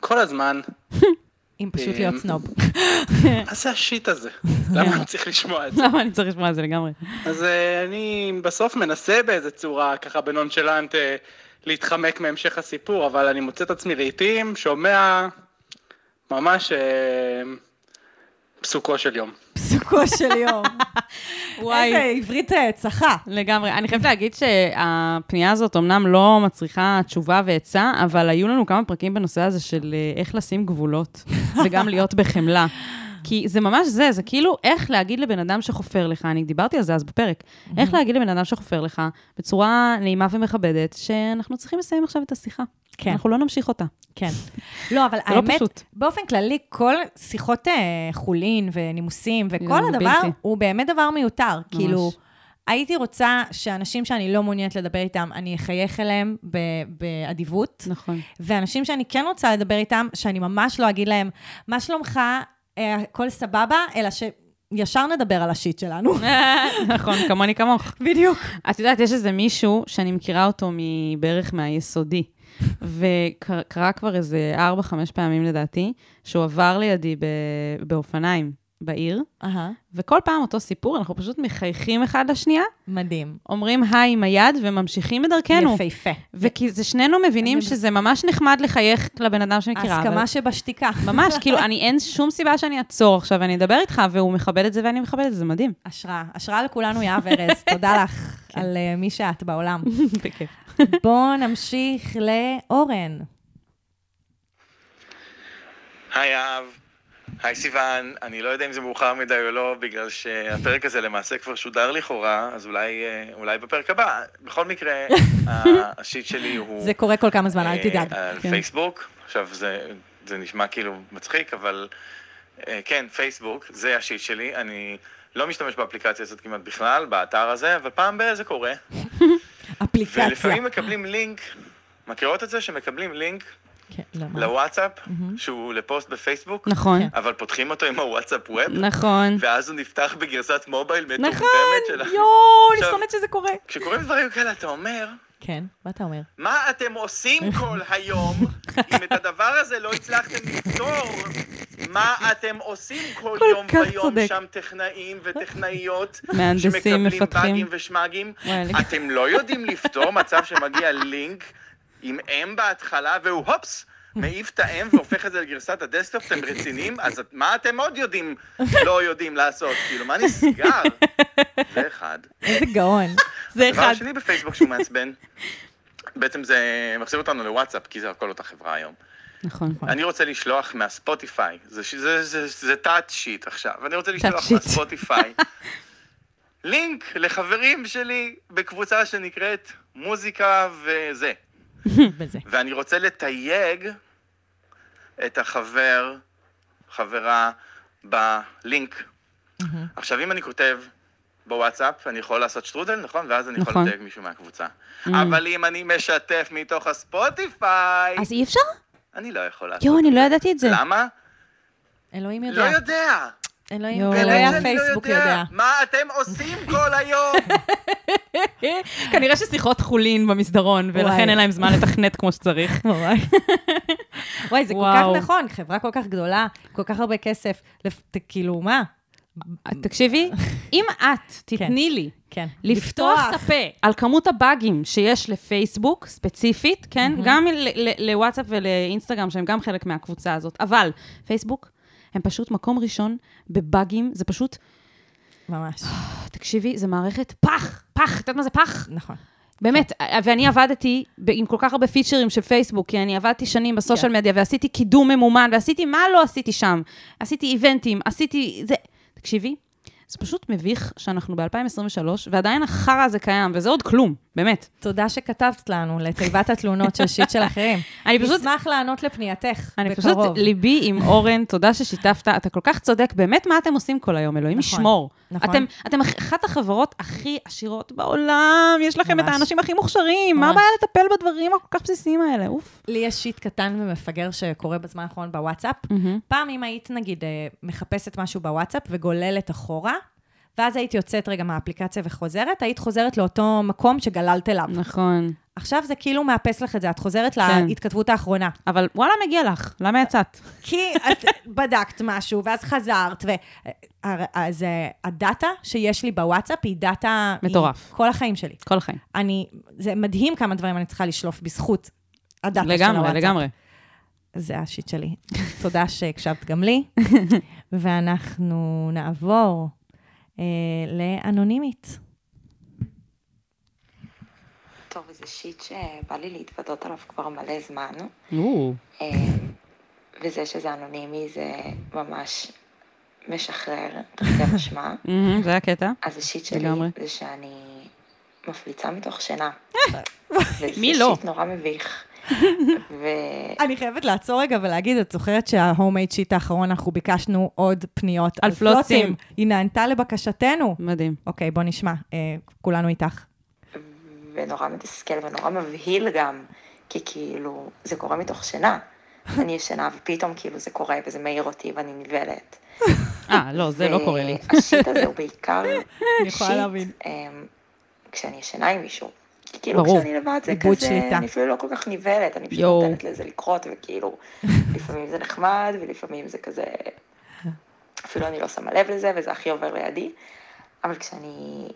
[SPEAKER 9] כל הזמן.
[SPEAKER 2] אם פשוט להיות
[SPEAKER 9] אמ,
[SPEAKER 2] סנוב.
[SPEAKER 9] מה זה השיט הזה? למה אני צריך לשמוע את זה?
[SPEAKER 1] למה אני צריך לשמוע על זה לגמרי?
[SPEAKER 9] אז אה, אני בסוף מנסה באיזה צורה, ככה בנונשלנט, אה, להתחמק מהמשך הסיפור, אבל אני מוצא את עצמי לעיתים, שומע ממש אה, פסוקו של יום.
[SPEAKER 2] פסוקו של יום.
[SPEAKER 1] וואי.
[SPEAKER 2] איזה עברית אה, צחה.
[SPEAKER 1] לגמרי. אני חייבת להגיד שהפנייה הזאת אמנם לא מצריכה תשובה ועצה, אבל היו לנו כמה פרקים בנושא הזה של אה, איך לשים גבולות, וגם להיות בחמלה. כי זה ממש זה, זה כאילו איך להגיד לבן אדם שחופר לך, אני דיברתי על זה אז בפרק,
[SPEAKER 2] Mm-hmm.
[SPEAKER 1] איך להגיד לבן אדם שחופר לך בצורה נעימה ומכבדת, שאנחנו צריכים לסיים עכשיו את השיחה.
[SPEAKER 2] כן.
[SPEAKER 1] אנחנו לא נמשיך אותה.
[SPEAKER 2] כן. לא, אבל
[SPEAKER 1] זה לא
[SPEAKER 2] האמת,
[SPEAKER 1] פשוט.
[SPEAKER 2] באופן כללי, כל שיחות אה, חולין ונימוסים וכל
[SPEAKER 1] לא, זה
[SPEAKER 2] הדבר,
[SPEAKER 1] בלתי.
[SPEAKER 2] הוא באמת דבר מיותר. כאילו, הייתי רוצה שאנשים שאני לא מעוניינת לדבר איתם, אני אחייך אליהם ב- באדיבות.
[SPEAKER 1] נכון.
[SPEAKER 2] ואנשים שאני כן רוצה לדבר איתם, שאני ממש לא אגיד להם, מה שלומך, אה, הכל סבבה, אלא שישר נדבר על השיט שלנו.
[SPEAKER 1] נכון, כמוני כמוך.
[SPEAKER 2] בדיוק.
[SPEAKER 1] את יודעת, יש איזה מישהו שאני מכירה אותו מבערך מהיסודי, וקרה כבר איזה 4-5 פעמים לדעתי, שהוא עבר לידי ב... באופניים בעיר,
[SPEAKER 2] אהה,
[SPEAKER 1] וכל פעם אותו סיפור, אנחנו פשוט מחייכים אחד לשנייה,
[SPEAKER 2] מדהים.
[SPEAKER 1] אומרים היי עם היד וממשיכים בדרכנו.
[SPEAKER 2] יפהפה.
[SPEAKER 1] וכי זה שנינו מבינים שזה ממש נחמד לחייך לבן אדם שאני מכירה.
[SPEAKER 2] הסכמה
[SPEAKER 1] אבל-
[SPEAKER 2] שבשתיקה.
[SPEAKER 1] ממש, כאילו, אני, אין שום סיבה שאני אעצור עכשיו ואני אדבר איתך, והוא מכבד את זה ואני מכבד את זה, זה מדהים.
[SPEAKER 2] השראה. השראה לכולנו, יהב ארז. תודה לך על אה, מי שאת בעולם.
[SPEAKER 1] בכיף.
[SPEAKER 2] בואו נמשיך לאורן.
[SPEAKER 10] היי אב, היי סיוון, אני לא יודע אם זה מאוחר מדי או לא, בגלל שהפרק הזה למעשה כבר שודר לכאורה, אז אולי, אה, אולי בפרק הבא. בכל מקרה, ה- השיט שלי הוא...
[SPEAKER 2] זה קורה כל כמה זמן, אל
[SPEAKER 10] אה,
[SPEAKER 2] תדאג.
[SPEAKER 10] על
[SPEAKER 1] כן.
[SPEAKER 10] פייסבוק, עכשיו זה, זה נשמע כאילו מצחיק, אבל אה, כן, פייסבוק, זה השיט שלי, אני לא משתמש באפליקציה הזאת כמעט בכלל, באתר הזה, אבל פעם ב- זה קורה.
[SPEAKER 2] אפליקציה.
[SPEAKER 10] ולפעמים מקבלים לינק, מכירות את זה שמקבלים לינק
[SPEAKER 2] כן, לא, מה?
[SPEAKER 10] לוואטסאפ, שהוא לפוסט בפייסבוק,
[SPEAKER 1] נכון,
[SPEAKER 2] כן.
[SPEAKER 10] אבל פותחים אותו עם הוואטסאפ ווב,
[SPEAKER 1] נכון.
[SPEAKER 10] ואז הוא נפתח בגרסת מובייל מטומטמת
[SPEAKER 2] נכון,
[SPEAKER 10] של...
[SPEAKER 2] יואו, אני
[SPEAKER 10] עכשיו-
[SPEAKER 2] שונאת שזה קורה.
[SPEAKER 10] כשקוראים דברים כאלה, אתה אומר,
[SPEAKER 2] כן, מה אתה אומר?
[SPEAKER 10] מה אתם עושים כל היום אם את הדבר הזה לא הצלחתם לפתור? מה אתם עושים כל,
[SPEAKER 2] כל
[SPEAKER 10] יום
[SPEAKER 2] כך
[SPEAKER 10] ויום
[SPEAKER 2] צודק.
[SPEAKER 10] שם טכנאים וטכנאיות
[SPEAKER 1] מהנדסים,
[SPEAKER 10] שמקבלים
[SPEAKER 1] מפתחים.
[SPEAKER 10] באגים ושמאגים?
[SPEAKER 1] וואלה.
[SPEAKER 10] אתם לא יודעים לפתור מצב שמגיע לינק עם אם בהתחלה והוא הופס, מעיף את האם והופך את זה לגרסת הדסקטופ, אתם רציניים? אז את- מה אתם עוד יודעים, לא יודעים לעשות? כאילו, מה נסגר? זה אחד.
[SPEAKER 2] איזה גאון. זה
[SPEAKER 10] הדבר
[SPEAKER 2] אחד.
[SPEAKER 10] השני בפייסבוק שהוא מעצבן, בעצם זה מחזיר אותנו לוואטסאפ, כי זה הכל אותה חברה היום.
[SPEAKER 1] נכון.
[SPEAKER 10] אני רוצה לשלוח מהספוטיפיי, זה ש- זה- זה- זה תת שיט עכשיו, אני רוצה לשלוח
[SPEAKER 1] שיט.
[SPEAKER 10] מהספוטיפיי לינק לחברים שלי בקבוצה שנקראת מוזיקה וזה,
[SPEAKER 2] בזה.
[SPEAKER 10] ואני רוצה לתייג את החבר, חברה, בלינק.
[SPEAKER 2] Mm-hmm.
[SPEAKER 10] עכשיו, אם אני כותב בוואטסאפ, אני יכול לעשות שטרודל, נכון? ואז אני יכול
[SPEAKER 1] נכון.
[SPEAKER 10] לתייג מישהו מהקבוצה.
[SPEAKER 2] Mm.
[SPEAKER 10] אבל אם אני משתף מתוך הספוטיפיי,
[SPEAKER 1] אז אי אפשר?
[SPEAKER 10] אני לא יכול לעשות.
[SPEAKER 1] יואו, אני לא ידעתי את זה.
[SPEAKER 10] למה?
[SPEAKER 2] אלוהים
[SPEAKER 10] לא
[SPEAKER 2] יודע.
[SPEAKER 10] יודע.
[SPEAKER 2] אלוהים,
[SPEAKER 1] יואו.
[SPEAKER 2] אלוהי
[SPEAKER 10] באמת שאני
[SPEAKER 2] הפייסבוק
[SPEAKER 10] לא
[SPEAKER 2] יודע.
[SPEAKER 10] מה אתם עושים כל היום?
[SPEAKER 1] אה, כנראה ששיחות חולין במסדרון,
[SPEAKER 2] וואי.
[SPEAKER 1] ולכן אין להם זמן לתכנת כמו שצריך.
[SPEAKER 2] וואי. וואי, זה כל
[SPEAKER 1] וואו.
[SPEAKER 2] כך נכון, חברה כל כך גדולה, כל כך הרבה כסף. לפ- ת- כאילו, מה?
[SPEAKER 1] תקשיבי, אם את תתני לי
[SPEAKER 2] כן.
[SPEAKER 1] לפתוח את הפה על כמות הבאגים שיש לפייסבוק ספציפית, כן? גם ל- ל- לוואטסאפ ולאינסטגרם, שהם גם חלק מהקבוצה הזאת, אבל פייסבוק הם פשוט מקום ראשון בבאגים, זה פשוט,
[SPEAKER 2] ממש.
[SPEAKER 1] תקשיבי, זה מערכת פח, פח, את יודעת מה זה פח?
[SPEAKER 2] נכון.
[SPEAKER 1] באמת, ואני עבדתי ב- עם כל כך הרבה פיצ'רים של פייסבוק, כי אני עבדתי שנים בסושיאל
[SPEAKER 2] כן.
[SPEAKER 1] מדיה, ועשיתי קידום ממומן, ועשיתי מה לא עשיתי שם. עשיתי איבנטים, עשיתי זה. תקשיבי, זה פשוט מביך שאנחנו ב-2023, ועדיין החרא הזה קיים, וזה עוד כלום, באמת.
[SPEAKER 2] תודה שכתבת לנו לתיבת התלונות של שיט של אחרים.
[SPEAKER 1] אני פשוט...
[SPEAKER 2] נשמח לענות לפנייתך,
[SPEAKER 1] אני פשוט,
[SPEAKER 2] בקרוב.
[SPEAKER 1] ליבי עם אורן, תודה ששיתפת, אתה כל כך צודק, באמת, מה אתם עושים כל היום, אלוהים
[SPEAKER 2] נכון,
[SPEAKER 1] ישמור.
[SPEAKER 2] נכון.
[SPEAKER 1] אתם, אתם אח- אחת החברות הכי עשירות בעולם, יש לכם את
[SPEAKER 2] ממש.
[SPEAKER 1] האנשים הכי מוכשרים, מה
[SPEAKER 2] ממש.
[SPEAKER 1] הבעיה לטפל בדברים הכל כך בסיסיים האלה, אוף.
[SPEAKER 2] לי יש שיט קטן ומפגר שקורה בזמן האחרון בוואטסאפ. פעם אם היית, נגיד, אה, מחפשת משהו בוואטסאפ וגוללת אחורה, ואז היית יוצאת רגע מהאפליקציה וחוזרת, היית חוזרת לאותו מקום שגללת אליו.
[SPEAKER 1] נכון.
[SPEAKER 2] עכשיו זה כאילו מאפס לך את זה, את חוזרת
[SPEAKER 1] כן.
[SPEAKER 2] להתכתבות האחרונה.
[SPEAKER 1] אבל וואלה, מגיע לך, למה יצאת?
[SPEAKER 2] כי את בדקת משהו, ואז חזרת, ו... אז אה, הדאטה שיש לי בוואטסאפ היא דאטה...
[SPEAKER 1] מטורף.
[SPEAKER 2] היא כל החיים שלי.
[SPEAKER 1] כל החיים.
[SPEAKER 2] אני... זה מדהים כמה דברים אני צריכה לשלוף בזכות הדאטה של הוואטסאפ.
[SPEAKER 1] לגמרי, לגמרי.
[SPEAKER 2] זה השיט שלי. תודה שהקשבת גם לי. ואנחנו נעבור אה, לאנונימית.
[SPEAKER 4] טוב, זה שיט שבא לי להתוודות עליו כבר מלא זמן,
[SPEAKER 1] נו,
[SPEAKER 4] אה, וזה שזה אנונימי זה ממש משחרר, תרתי משמע.
[SPEAKER 1] מהמם, זה הקטע.
[SPEAKER 4] אז השיט שלי
[SPEAKER 1] לגמרי.
[SPEAKER 4] זה שאני מפליצה מתוך שינה.
[SPEAKER 1] מי לא?
[SPEAKER 4] וזה שיט נורא מביך. ו-
[SPEAKER 2] אני חייבת לעצור רגע ולהגיד, את זוכרת שההומייד שיט האחרון, אנחנו ביקשנו עוד פניות
[SPEAKER 1] על פלוצים.
[SPEAKER 2] היא נענתה לבקשתנו.
[SPEAKER 1] מדהים.
[SPEAKER 2] אוקיי, בוא נשמע, אה, כולנו איתך.
[SPEAKER 4] ונורא מתסכל ונורא מבהיל גם, כי כאילו, זה קורה מתוך שינה. אני ישנה ופתאום כאילו זה קורה וזה מאיר אותי ואני נבהלת.
[SPEAKER 1] אה, לא, זה לא קורה לי.
[SPEAKER 4] השיט הזה הוא בעיקר
[SPEAKER 2] אני יכולה להבין.
[SPEAKER 4] שיט אמ, כשאני ישנה עם מישהו. כי כאילו
[SPEAKER 1] ברור.
[SPEAKER 4] כשאני לבד זה
[SPEAKER 2] איבוד
[SPEAKER 4] כזה,
[SPEAKER 2] שליטה.
[SPEAKER 4] אני אפילו לא כל כך נבהלת, אני פשוט
[SPEAKER 1] יואו.
[SPEAKER 4] נותנת לזה לקרות, וכאילו, לפעמים זה נחמד, ולפעמים זה כזה, אפילו אני לא שמה לב לזה, וזה הכי עובר לידי. אבל כשאני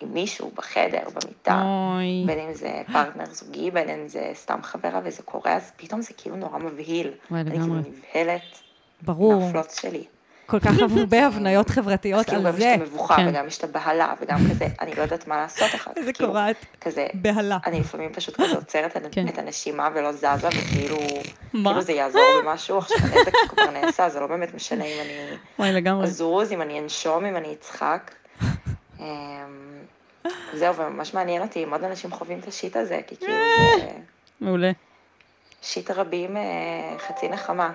[SPEAKER 4] עם מישהו בחדר, במיטה,
[SPEAKER 1] אוי.
[SPEAKER 4] בין אם זה פרטנר זוגי, בין אם זה סתם חברה וזה קורה, אז פתאום זה כאילו נורא מבהיל.
[SPEAKER 1] וואי,
[SPEAKER 4] אני כאילו
[SPEAKER 1] לגמרי.
[SPEAKER 4] נבהלת
[SPEAKER 2] ברור,
[SPEAKER 4] מהפלוץ שלי.
[SPEAKER 2] כל כך הרבה הבניות
[SPEAKER 4] אז
[SPEAKER 2] חברתיות
[SPEAKER 4] כאילו
[SPEAKER 2] על
[SPEAKER 4] גם יש
[SPEAKER 2] זה.
[SPEAKER 4] את המבוכה,
[SPEAKER 1] כן.
[SPEAKER 4] וגם יש את הבהלה, וגם כזה, אני לא יודעת מה לעשות אחר כך.
[SPEAKER 2] איזה
[SPEAKER 4] כאילו,
[SPEAKER 2] קורעת
[SPEAKER 4] כזה,
[SPEAKER 2] בהלה.
[SPEAKER 4] אני לפעמים פשוט כזה עוצרת את-
[SPEAKER 1] כן.
[SPEAKER 4] את הנשימה ולא זזה, וכאילו,
[SPEAKER 1] מה?
[SPEAKER 4] כאילו זה יעזור במשהו, עכשיו הנזק כבר נעשה, זה לא באמת משנה אם אני
[SPEAKER 1] וואי, לגמרי.
[SPEAKER 4] אזוז, אם אני אנשום, אם אני אצחק. אמ, זהו, וממש מעניין אותי אם עוד אנשים חווים את השיט הזה, כי כאילו
[SPEAKER 1] אה!
[SPEAKER 4] זה
[SPEAKER 1] מעולה.
[SPEAKER 4] שיט רבים אה, חצי נחמה.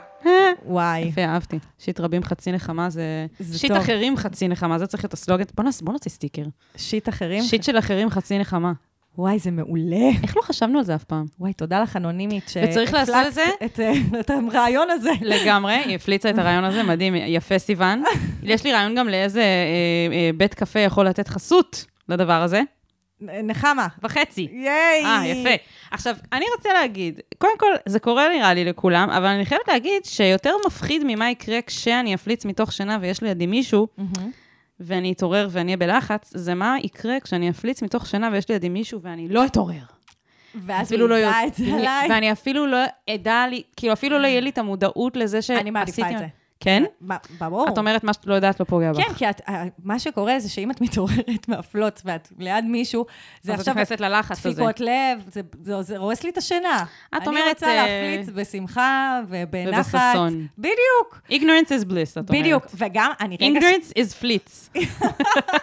[SPEAKER 2] וואי,
[SPEAKER 1] יפה, אהבתי. שיט רבים חצי נחמה זה...
[SPEAKER 2] זה
[SPEAKER 1] שיט
[SPEAKER 2] טוב.
[SPEAKER 1] אחרים חצי נחמה, זה צריך להיות הסלוגן. בוא נעש- בוא נוציא סטיקר.
[SPEAKER 2] שיט אחרים?
[SPEAKER 1] שיט של אחרים חצי נחמה.
[SPEAKER 2] וואי, זה מעולה.
[SPEAKER 1] איך לא חשבנו על זה אף פעם?
[SPEAKER 2] וואי, תודה לך, אנונימית,
[SPEAKER 1] וצריך לעשות את זה?
[SPEAKER 2] את, אה, את הרעיון הזה.
[SPEAKER 1] לגמרי, היא הפליצה את הרעיון הזה, מדהים, יפה סיוון. יש לי רעיון גם לאיזה אה, אה, בית קפה יכול לתת חסות לדבר הזה.
[SPEAKER 2] נחמה.
[SPEAKER 1] וחצי.
[SPEAKER 2] ייי!
[SPEAKER 1] אה, יפה. עכשיו, אני רוצה להגיד, קודם כל, זה קורה נראה לי לכולם, אבל אני חייבת להגיד שיותר מפחיד ממה יקרה כשאני אפליץ מתוך שינה ויש לידי מישהו,
[SPEAKER 2] מהמם.
[SPEAKER 1] ואני אתעורר ואני אהיה בלחץ, זה מה יקרה כשאני אפליץ מתוך שינה ויש לידי מישהו ואני לא אתעורר.
[SPEAKER 2] ואז
[SPEAKER 1] אפילו
[SPEAKER 2] הוא
[SPEAKER 1] לא
[SPEAKER 2] ידע
[SPEAKER 1] יודע-
[SPEAKER 2] את זה
[SPEAKER 1] אני-
[SPEAKER 2] עליי.
[SPEAKER 1] ואני אפילו לא אדע לי, כאילו אפילו לא יהיה לי את המודעות לזה שעשיתי...
[SPEAKER 2] אני מעדיפה את זה.
[SPEAKER 1] כן?
[SPEAKER 2] ב- ברור.
[SPEAKER 1] את אומרת מה שאת לא יודעת לא פוגע בך.
[SPEAKER 2] כן, כי את, אה, מה שקורה זה שאם את מתעוררת מהפלוץ ואת ליד מישהו, זה
[SPEAKER 1] אז את
[SPEAKER 2] עכשיו
[SPEAKER 1] נכנסת ללחץ הזה.
[SPEAKER 2] דפיקות לב, זה, זה, זה הורס לי את השינה.
[SPEAKER 1] את אומרת,
[SPEAKER 2] אני רוצה
[SPEAKER 1] אה,
[SPEAKER 2] להפליץ בשמחה ובנחת.
[SPEAKER 1] ובששון.
[SPEAKER 2] בדיוק,
[SPEAKER 1] ignorance is bliss, את אומרת.
[SPEAKER 2] בדיוק. וגם, אני רגע... ש-
[SPEAKER 1] ignorance is fleets.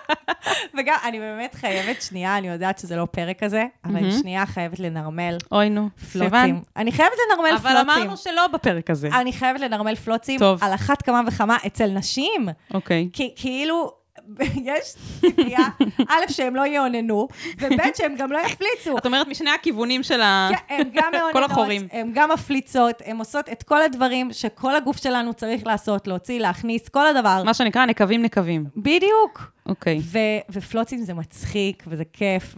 [SPEAKER 2] וגם, אני באמת חייבת, שנייה, אני יודעת שזה לא פרק כזה, אבל
[SPEAKER 1] מהמם.
[SPEAKER 2] שנייה חייבת לנרמל
[SPEAKER 1] אוי נו,
[SPEAKER 2] פלוצים.
[SPEAKER 1] סיוון.
[SPEAKER 2] אני חייבת לנרמל
[SPEAKER 1] אבל
[SPEAKER 2] פלוצים.
[SPEAKER 1] אמרנו שלא בפרק הזה.
[SPEAKER 2] אני חייבת לנרמל פלוצים,
[SPEAKER 1] טוב.
[SPEAKER 2] על אחת כמה וכמה אצל נשים.
[SPEAKER 1] אוקיי.
[SPEAKER 2] כי כאילו, יש ציפייה, א', שהם לא יאוננו, וב', שהם גם לא יפליצו.
[SPEAKER 1] את אומרת משני הכיוונים של ה...
[SPEAKER 2] כן, הן גם
[SPEAKER 1] כל
[SPEAKER 2] מאוננות,
[SPEAKER 1] החורים.
[SPEAKER 2] הן גם מפליצות, הן עושות את כל הדברים שכל הגוף שלנו צריך לעשות, להוציא, להכניס, כל הדבר.
[SPEAKER 1] מה שנקרא נקבים נקבים.
[SPEAKER 2] בדיוק.
[SPEAKER 1] אוקיי.
[SPEAKER 2] ו- ופלוצים זה מצחיק, וזה כיף,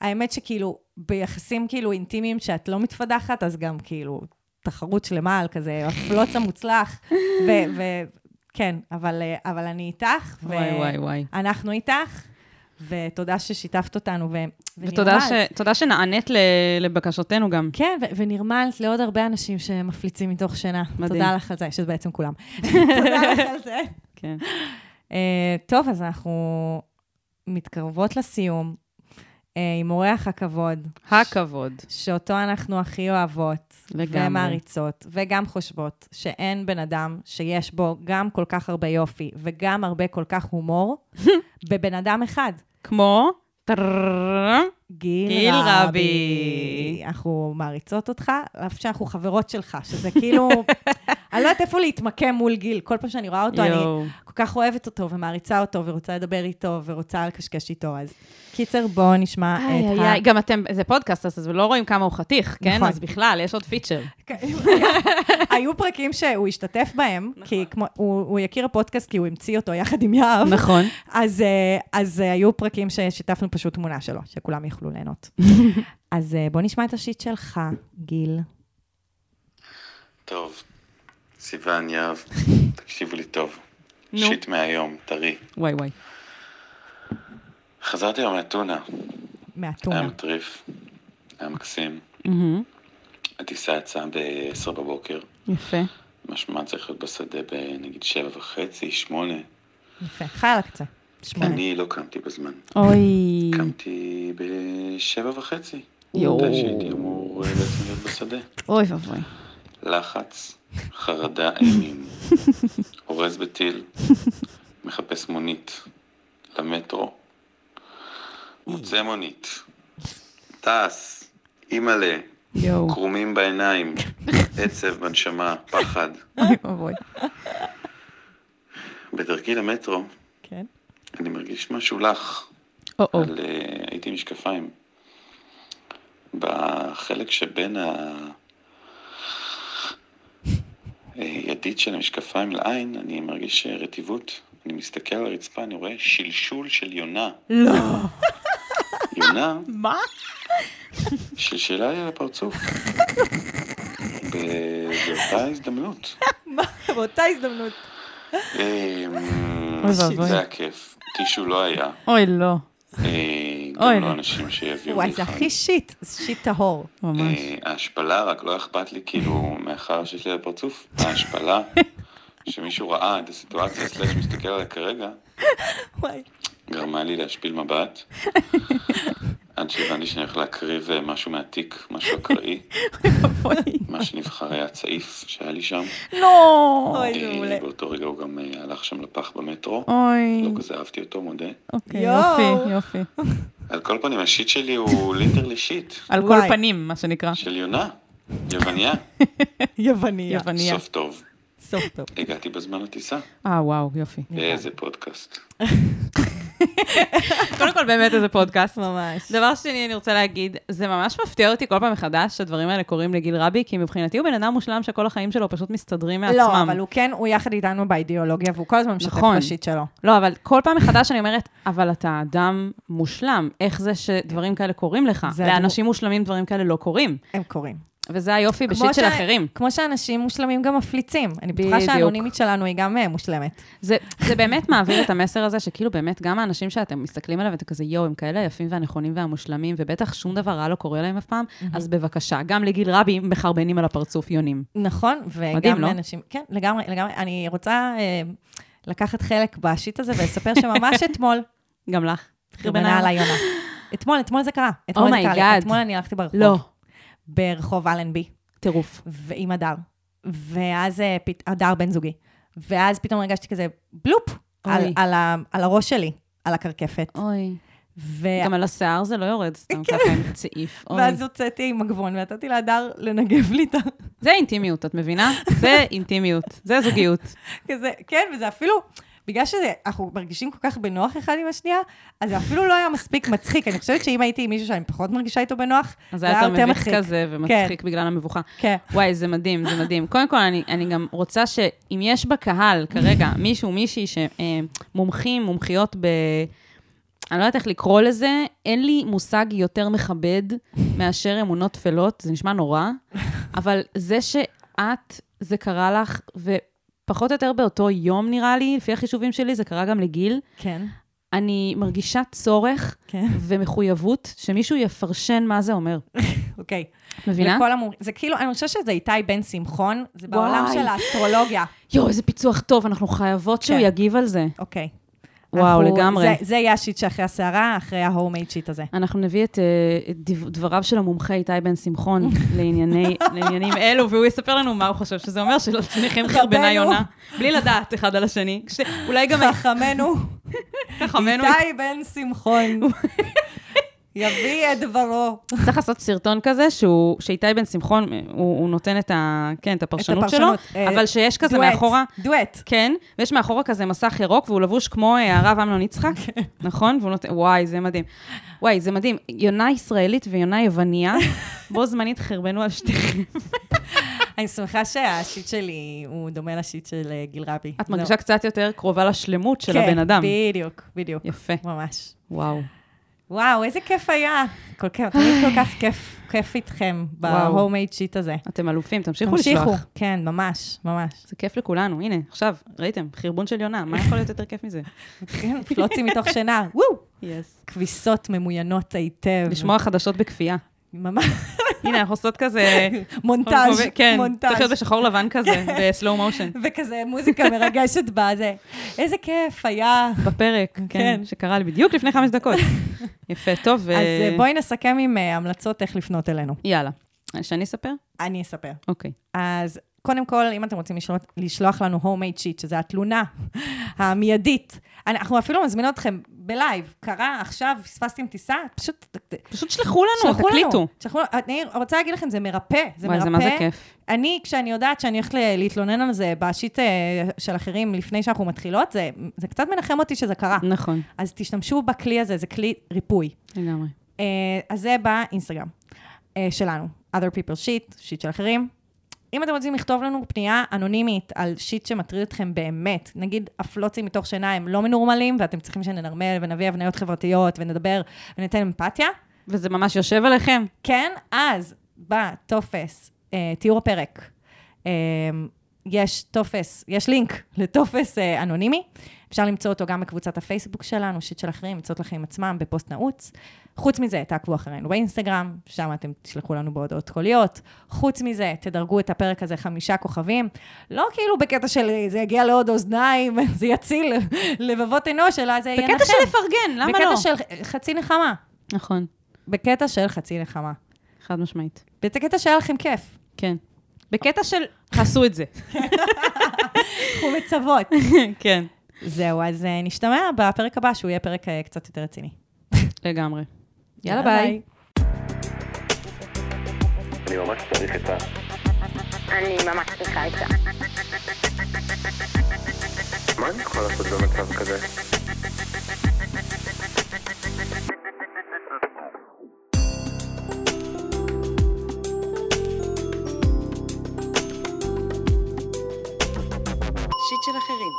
[SPEAKER 2] והאמת שכאילו, ביחסים כאילו אינטימיים שאת לא מתפדחת, אז גם כאילו, תחרות שלמה על כזה, הפלוץ המוצלח, ו... ו- כן, אבל, אה, אבל אני איתך,
[SPEAKER 1] וואי, וואי, וואי.
[SPEAKER 2] אנחנו איתך, ותודה ששיתפת אותנו, ו- ונרמלת.
[SPEAKER 1] ותודה ש- תודה שנענית ל- לבקשותינו גם.
[SPEAKER 2] כן, ו- ונרמלת לעוד הרבה אנשים שמפליצים מתוך שינה.
[SPEAKER 1] מדהים.
[SPEAKER 2] תודה לך על זה, שזה בעצם כולם. תודה לך על זה.
[SPEAKER 1] כן.
[SPEAKER 2] אה, טוב, אז אנחנו מתקרבות לסיום אה, עם אורח הכבוד,
[SPEAKER 1] הכבוד.
[SPEAKER 2] שאותו אנחנו הכי אוהבות.
[SPEAKER 1] לגמרי.
[SPEAKER 2] ומעריצות, וגם חושבות שאין בן אדם שיש בו גם כל כך הרבה יופי וגם הרבה כל כך הומור, בבן אדם אחד.
[SPEAKER 1] כמו... טרררררר.
[SPEAKER 2] גיל,
[SPEAKER 1] גיל
[SPEAKER 2] רבי.
[SPEAKER 1] רבי.
[SPEAKER 2] אנחנו מעריצות אותך, על אף שאנחנו חברות שלך, שזה כאילו... אני לא יודעת איפה להתמקם מול גיל. כל פעם שאני רואה אותו, אני
[SPEAKER 1] יואו.
[SPEAKER 2] כל כך אוהבת אותו ומעריצה אותו ורוצה לדבר איתו ורוצה לקשקש איתו. אז קיצר, בואו נשמע
[SPEAKER 1] איי,
[SPEAKER 2] את
[SPEAKER 1] איי,
[SPEAKER 2] ה...
[SPEAKER 1] איי, גם אתם, זה פודקאסט, אז לא רואים כמה הוא חתיך, כן?
[SPEAKER 2] אה, נכון. כן.
[SPEAKER 1] אז בכלל, יש עוד פיצ'ר.
[SPEAKER 2] היו פרקים שהוא השתתף בהם,
[SPEAKER 1] נכון.
[SPEAKER 2] כי כמו, הוא, הוא יכיר הפודקאסט כי הוא המציא אותו יחד עם יהב.
[SPEAKER 1] נכון.
[SPEAKER 2] אז, אה, אז אה, היו פרקים ששיתפנו פשוט תמונה שלו, שכולם יכלו ליהנות. אז אה, בוא נשמע את השיט שלך, גיל.
[SPEAKER 3] טוב, סיוון יהב, תקשיבו לי טוב.
[SPEAKER 1] נו.
[SPEAKER 3] שיט מהיום, טרי.
[SPEAKER 1] וואי, וואי.
[SPEAKER 3] חזרתי היום מאתונה, היה
[SPEAKER 2] מהטונה.
[SPEAKER 3] מטריף, היה מקסים.
[SPEAKER 1] מהמם.
[SPEAKER 3] הטיסה יצאה ב-10 בבוקר,
[SPEAKER 1] יפה.
[SPEAKER 3] משמע צריך להיות בשדה בנגיד 7 וחצי, 8.
[SPEAKER 2] יפה. חי על הקצה. שמונה.
[SPEAKER 3] אני לא קמתי בזמן,
[SPEAKER 1] אוי.
[SPEAKER 3] קמתי ב-7 וחצי.
[SPEAKER 1] יואו.
[SPEAKER 3] מתי שהייתי אמור אה, בעצם להיות בשדה.
[SPEAKER 1] אוי ואבוי.
[SPEAKER 3] לחץ, חרדה, אימים. אורז בטיל, מחפש מונית למטרו. מוצא מונית, טס, אימא'לה,
[SPEAKER 1] יואו.
[SPEAKER 3] קרומים בעיניים, עצב בנשמה, פחד.
[SPEAKER 1] אוי ואבוי.
[SPEAKER 3] בדרכי למטרו,
[SPEAKER 2] כן.
[SPEAKER 3] אני מרגיש משהו לך,
[SPEAKER 1] או-או.
[SPEAKER 3] על... אה, הייתי עם משקפיים. בחלק שבין ה... אה, ידית של המשקפיים לעין, אני מרגיש אה, רטיבות. אני מסתכל על הרצפה, אני רואה שלשול של יונה. לא. יונה
[SPEAKER 1] מה?
[SPEAKER 3] שלשלה לי על הפרצוף. ב- באותה הזדמנות.
[SPEAKER 2] באותה הזדמנות.
[SPEAKER 3] אה,
[SPEAKER 1] אוי ואבוי.
[SPEAKER 3] זה היה כיף. טישו לא היה.
[SPEAKER 1] אוי, לא.
[SPEAKER 3] אה,
[SPEAKER 1] אוי.
[SPEAKER 3] גם לא אנשים שיביאו
[SPEAKER 2] וואי, זה
[SPEAKER 3] לכאן.
[SPEAKER 2] הכי שיט, זה שיט טהור.
[SPEAKER 1] ממש.
[SPEAKER 3] אה, ההשפלה, רק לא אכפת לי, כאילו, מאחר שיש לי על הפרצוף, ההשפלה, שמישהו ראה את הסיטואציה, סלש מסתכל עליה כרגע,
[SPEAKER 2] וואי.
[SPEAKER 3] גרמה לי להשפיל מבט, עד שהבנתי שאני הולך להקריב אה, משהו מהתיק, משהו אקראי, מה שנבחר היה צעיף שהיה לי שם.
[SPEAKER 1] לא.
[SPEAKER 2] אוי, זה
[SPEAKER 3] אה,
[SPEAKER 2] מעולה.
[SPEAKER 3] באותו רגע הוא גם אה, הלך שם לפח במטרו, לא
[SPEAKER 1] אוי.
[SPEAKER 3] כזה אהבתי אותו, מודה.
[SPEAKER 1] אוקיי,
[SPEAKER 2] יואו.
[SPEAKER 1] יופי, יופי.
[SPEAKER 3] על כל פנים, השיט שלי הוא ליטרלי שיט,
[SPEAKER 1] על כל
[SPEAKER 2] וואי.
[SPEAKER 1] פנים, מה שנקרא.
[SPEAKER 3] של יונה, יווניה,
[SPEAKER 2] יווניה.
[SPEAKER 1] יווניה.
[SPEAKER 3] סוף טוב.
[SPEAKER 2] סוף טוב.
[SPEAKER 3] הגעתי בזמן לטיסה,
[SPEAKER 1] אה, וואו, יופי.
[SPEAKER 3] איזה פודקאסט.
[SPEAKER 1] קודם כל, באמת איזה פודקאסט.
[SPEAKER 2] ממש.
[SPEAKER 1] דבר שני, אני רוצה להגיד, זה ממש מפתיע אותי כל פעם מחדש שהדברים האלה קורים לגיל רבי, כי מבחינתי הוא בן אדם מושלם שכל החיים שלו פשוט מסתדרים מעצמם.
[SPEAKER 2] לא, אבל הוא כן, הוא יחד איתנו באידיאולוגיה, והוא כל הזמן משתף
[SPEAKER 1] נכון.
[SPEAKER 2] בשיט שלו.
[SPEAKER 1] לא, אבל כל פעם מחדש אני אומרת, אבל אתה אדם מושלם, איך זה שדברים כאלה קורים לך?
[SPEAKER 2] זה הדמו-
[SPEAKER 1] לאנשים מושלמים דברים כאלה לא קורים.
[SPEAKER 2] הם קוראים.
[SPEAKER 1] וזה היופי בשיט של אחרים.
[SPEAKER 2] כמו שאנשים מושלמים גם מפליצים. אני בטוחה
[SPEAKER 1] בדיוק.
[SPEAKER 2] שהאנונימית שלנו היא גם אה, מושלמת.
[SPEAKER 1] זה, זה באמת מעביר את המסר הזה, שכאילו באמת גם האנשים שאתם מסתכלים עליהם, ואתם כזה, יואו, הם כאלה היפים והנכונים והמושלמים, ובטח שום דבר רע לא קורה להם אף פעם, אז בבקשה, גם לגיל רבי מחרבנים על הפרצוף יונים.
[SPEAKER 2] נכון, וגם
[SPEAKER 1] מדהים, לא?
[SPEAKER 2] לאנשים... כן, לגמרי, לגמרי. אני רוצה אה, לקחת חלק בשיט הזה ולספר שממש אתמול,
[SPEAKER 1] גם לך. Oh
[SPEAKER 2] חרבנה עליי יונה. אתמול, אתמול זה קרה. אתמול זה
[SPEAKER 1] my
[SPEAKER 2] קרה לי.
[SPEAKER 1] God.
[SPEAKER 2] אתמול אני הלכתי ברחוב.
[SPEAKER 1] לא,
[SPEAKER 2] ברחוב אלנבי.
[SPEAKER 1] טירוף.
[SPEAKER 2] ועם הדר. ואז, אה, פת- הדר בן זוגי. ואז פתאום הרגשתי כזה בלופ על,
[SPEAKER 1] אוי.
[SPEAKER 2] על, ה, על הראש שלי, על הקרקפת.
[SPEAKER 1] אוי.
[SPEAKER 2] ו...
[SPEAKER 1] גם על השיער זה לא יורד, סתם ככה עם צעיף. אוי.
[SPEAKER 2] כן. ואז הוצאתי עם מגבון ונתתי להדר לנגב לי את ה...
[SPEAKER 1] זה אינטימיות, את מבינה? זה אינטימיות, זה זוגיות.
[SPEAKER 2] כזה, כן, וזה אפילו... בגלל שאנחנו מרגישים כל כך בנוח אחד עם השנייה, אז זה אפילו לא היה מספיק מצחיק. אני חושבת שאם הייתי עם מישהו שאני פחות מרגישה איתו בנוח,
[SPEAKER 1] אז היה יותר מביך כזה ומצחיק בגלל המבוכה.
[SPEAKER 2] כן.
[SPEAKER 1] וואי, זה מדהים, זה מדהים. קודם כל, אני, אני גם רוצה שאם יש בקהל כרגע מישהו, מישהי שמומחים, מומחיות ב... אני לא יודעת איך לקרוא לזה, אין לי מושג יותר מכבד מאשר אמונות טפלות, זה נשמע נורא, אבל זה שאת, זה קרה לך, ופחות או יותר באותו יום נראה לי, לפי החישובים שלי, זה קרה גם לגיל,
[SPEAKER 2] כן,
[SPEAKER 1] אני מרגישה צורך
[SPEAKER 2] כן.
[SPEAKER 1] ומחויבות שמישהו יפרשן מה זה אומר.
[SPEAKER 2] אוקיי.
[SPEAKER 1] מבינה?
[SPEAKER 2] לכל המומ... זה כאילו, אני חושבת שזה איתי בן שמחון, זה
[SPEAKER 1] וואי.
[SPEAKER 2] בעולם של האסטרולוגיה.
[SPEAKER 1] יואו, איזה פיצוח טוב, אנחנו חייבות שהוא
[SPEAKER 2] כן.
[SPEAKER 1] יגיב על זה.
[SPEAKER 2] אוקיי.
[SPEAKER 1] וואו,
[SPEAKER 2] אנחנו-
[SPEAKER 1] לגמרי.
[SPEAKER 2] זה- זה יהיה השיט שאחרי הסערה, אחרי ההומייד שיט הזה.
[SPEAKER 1] אנחנו נביא את אה, את דב- דבריו של המומחה איתי בן שמחון לענייני- לעניינים אלו, והוא יספר לנו מה הוא חושב שזה אומר, ששניכם חרבנה
[SPEAKER 2] רבנו.
[SPEAKER 1] יונה, בלי לדעת אחד על השני. כש- אולי גם
[SPEAKER 2] חכמנו,
[SPEAKER 1] חכמנו.
[SPEAKER 2] איתי בן שמחון, יביא את דברו.
[SPEAKER 1] צריך לעשות סרטון כזה, שהוא- שאיתי בן שמחון, אה, הוא הוא נותן את ה- כן, את הפרשנות שלו,
[SPEAKER 2] הפרשנות, אה,
[SPEAKER 1] אבל שיש כזה
[SPEAKER 2] דואט,
[SPEAKER 1] מאחורה...
[SPEAKER 2] דואט.
[SPEAKER 1] כן, ויש מאחורה כזה מסך ירוק, והוא לבוש כמו אה, הרב אמנון יצחק,
[SPEAKER 2] כן.
[SPEAKER 1] נכון? והוא נותן, וואי, זה מדהים. וואי, זה מדהים. יונה ישראלית ויונה יווניה, בו זמנית חרבנו על שתיכם.
[SPEAKER 2] לא. אני שמחה שהשיט שלי הוא דומה לשיט של אה, גיל רבי.
[SPEAKER 1] את
[SPEAKER 2] זהו.
[SPEAKER 1] מרגישה קצת יותר קרובה לשלמות של
[SPEAKER 2] כן,
[SPEAKER 1] הבן אדם.
[SPEAKER 2] בדיוק, בדיוק.
[SPEAKER 1] יפה.
[SPEAKER 2] ממש.
[SPEAKER 1] וואו.
[SPEAKER 2] וואו, איזה כיף היה. כל כך, תמיד כל כך כיף, כיף איתכם
[SPEAKER 1] וואו.
[SPEAKER 2] בהומייד שיט הזה.
[SPEAKER 1] אתם אלופים, תמשיכו לשלוח.
[SPEAKER 2] כן, ממש, ממש.
[SPEAKER 1] זה כיף לכולנו, הנה, עכשיו, ראיתם, חרבון של יונה, מה יכול להיות יותר כיף מזה?
[SPEAKER 2] כן, פלוצים מתוך שינה, וואו!
[SPEAKER 1] יס.
[SPEAKER 2] כביסות ממוינות היטב.
[SPEAKER 1] לשמוע חדשות בכפייה.
[SPEAKER 2] ממש.
[SPEAKER 1] הנה, אנחנו עושות כזה...
[SPEAKER 2] מונטאז',
[SPEAKER 1] כן,
[SPEAKER 2] מונטאז'.
[SPEAKER 1] צריך להיות בשחור לבן כזה, בסלואו מושן.
[SPEAKER 2] וכזה מוזיקה מרגשת בה, זה, איזה כיף היה.
[SPEAKER 1] בפרק, כן,
[SPEAKER 2] כן.
[SPEAKER 1] שקרה לי בדיוק לפני חמש דקות. יפה, טוב, ו...
[SPEAKER 2] אז אה, בואי נסכם עם אה, המלצות איך לפנות אלינו.
[SPEAKER 1] יאללה. אה, שאני אספר?
[SPEAKER 2] אני אספר.
[SPEAKER 1] אוקיי.
[SPEAKER 2] אז קודם כל, אם אתם רוצים לשלוח, לשלוח לנו homemade sheet, שזו התלונה המיידית, אנחנו אפילו מזמינות אתכם בלייב, קרה עכשיו, פספסתם טיסה, פשוט...
[SPEAKER 1] פשוט שלחו לנו,
[SPEAKER 2] שלחו לנו,
[SPEAKER 1] תקליטו.
[SPEAKER 2] שלחו, אה, אני רוצה להגיד לכם, זה מרפא, זה
[SPEAKER 1] וואי,
[SPEAKER 2] מרפא.
[SPEAKER 1] זה מה זה כיף.
[SPEAKER 2] אני, כשאני יודעת שאני הולכת ל- להתלונן על זה בשיט אה, של אחרים לפני שאנחנו מתחילות, זה, זה קצת מנחם אותי שזה קרה.
[SPEAKER 1] נכון,
[SPEAKER 2] אז תשתמשו בכלי הזה, זה כלי ריפוי.
[SPEAKER 1] לגמרי.
[SPEAKER 2] אה, אז זה באינסטגרם אה, שלנו, other people shit, שיט של אחרים. אם אתם רוצים לכתוב לנו פנייה אנונימית על שיט שמטריד אתכם באמת, נגיד הפלוצים מתוך שינה הם לא מנורמלים, ואתם צריכים שננרמל ונביא הבניות חברתיות ונדבר וניתן אמפתיה,
[SPEAKER 1] וזה ממש יושב עליכם.
[SPEAKER 2] כן, אז בטופס, אה, תיאור הפרק, אה, יש טופס, יש לינק לטופס אה, אנונימי. אפשר למצוא אותו גם בקבוצת הפייסבוק שלנו, שיט של אחרים, מצאות לכם עצמם בפוסט נעוץ. חוץ מזה, תעקבו אחרינו באינסטגרם, שם אתם תשלחו לנו בהודעות קוליות. חוץ מזה, תדרגו את הפרק הזה חמישה כוכבים. לא כאילו בקטע של אה, זה יגיע לעוד אוזניים, זה יציל לבבות אנוש, אלא זה יהיה
[SPEAKER 1] בקטע של לפרגן, למה לא?
[SPEAKER 2] בקטע של חצי נחמה.
[SPEAKER 1] נכון,
[SPEAKER 2] בקטע של חצי נחמה.
[SPEAKER 1] חד משמעית.
[SPEAKER 2] וזה קטע שהיה לכם כיף.
[SPEAKER 1] כן. בקטע של, תעשו את זה.
[SPEAKER 2] קחו מצוות.
[SPEAKER 1] כן.
[SPEAKER 2] זהו, אז אה, נשתמע בפרק הבא, שהוא יהיה פרק אה, קצת יותר רציני.
[SPEAKER 1] לגמרי. יאללה, ביי.
[SPEAKER 3] אני ממש צריך את ה...
[SPEAKER 4] אני ממש צריכה את זה.
[SPEAKER 3] מה אני יכול לעשות במצב כזה?
[SPEAKER 1] של אחרים.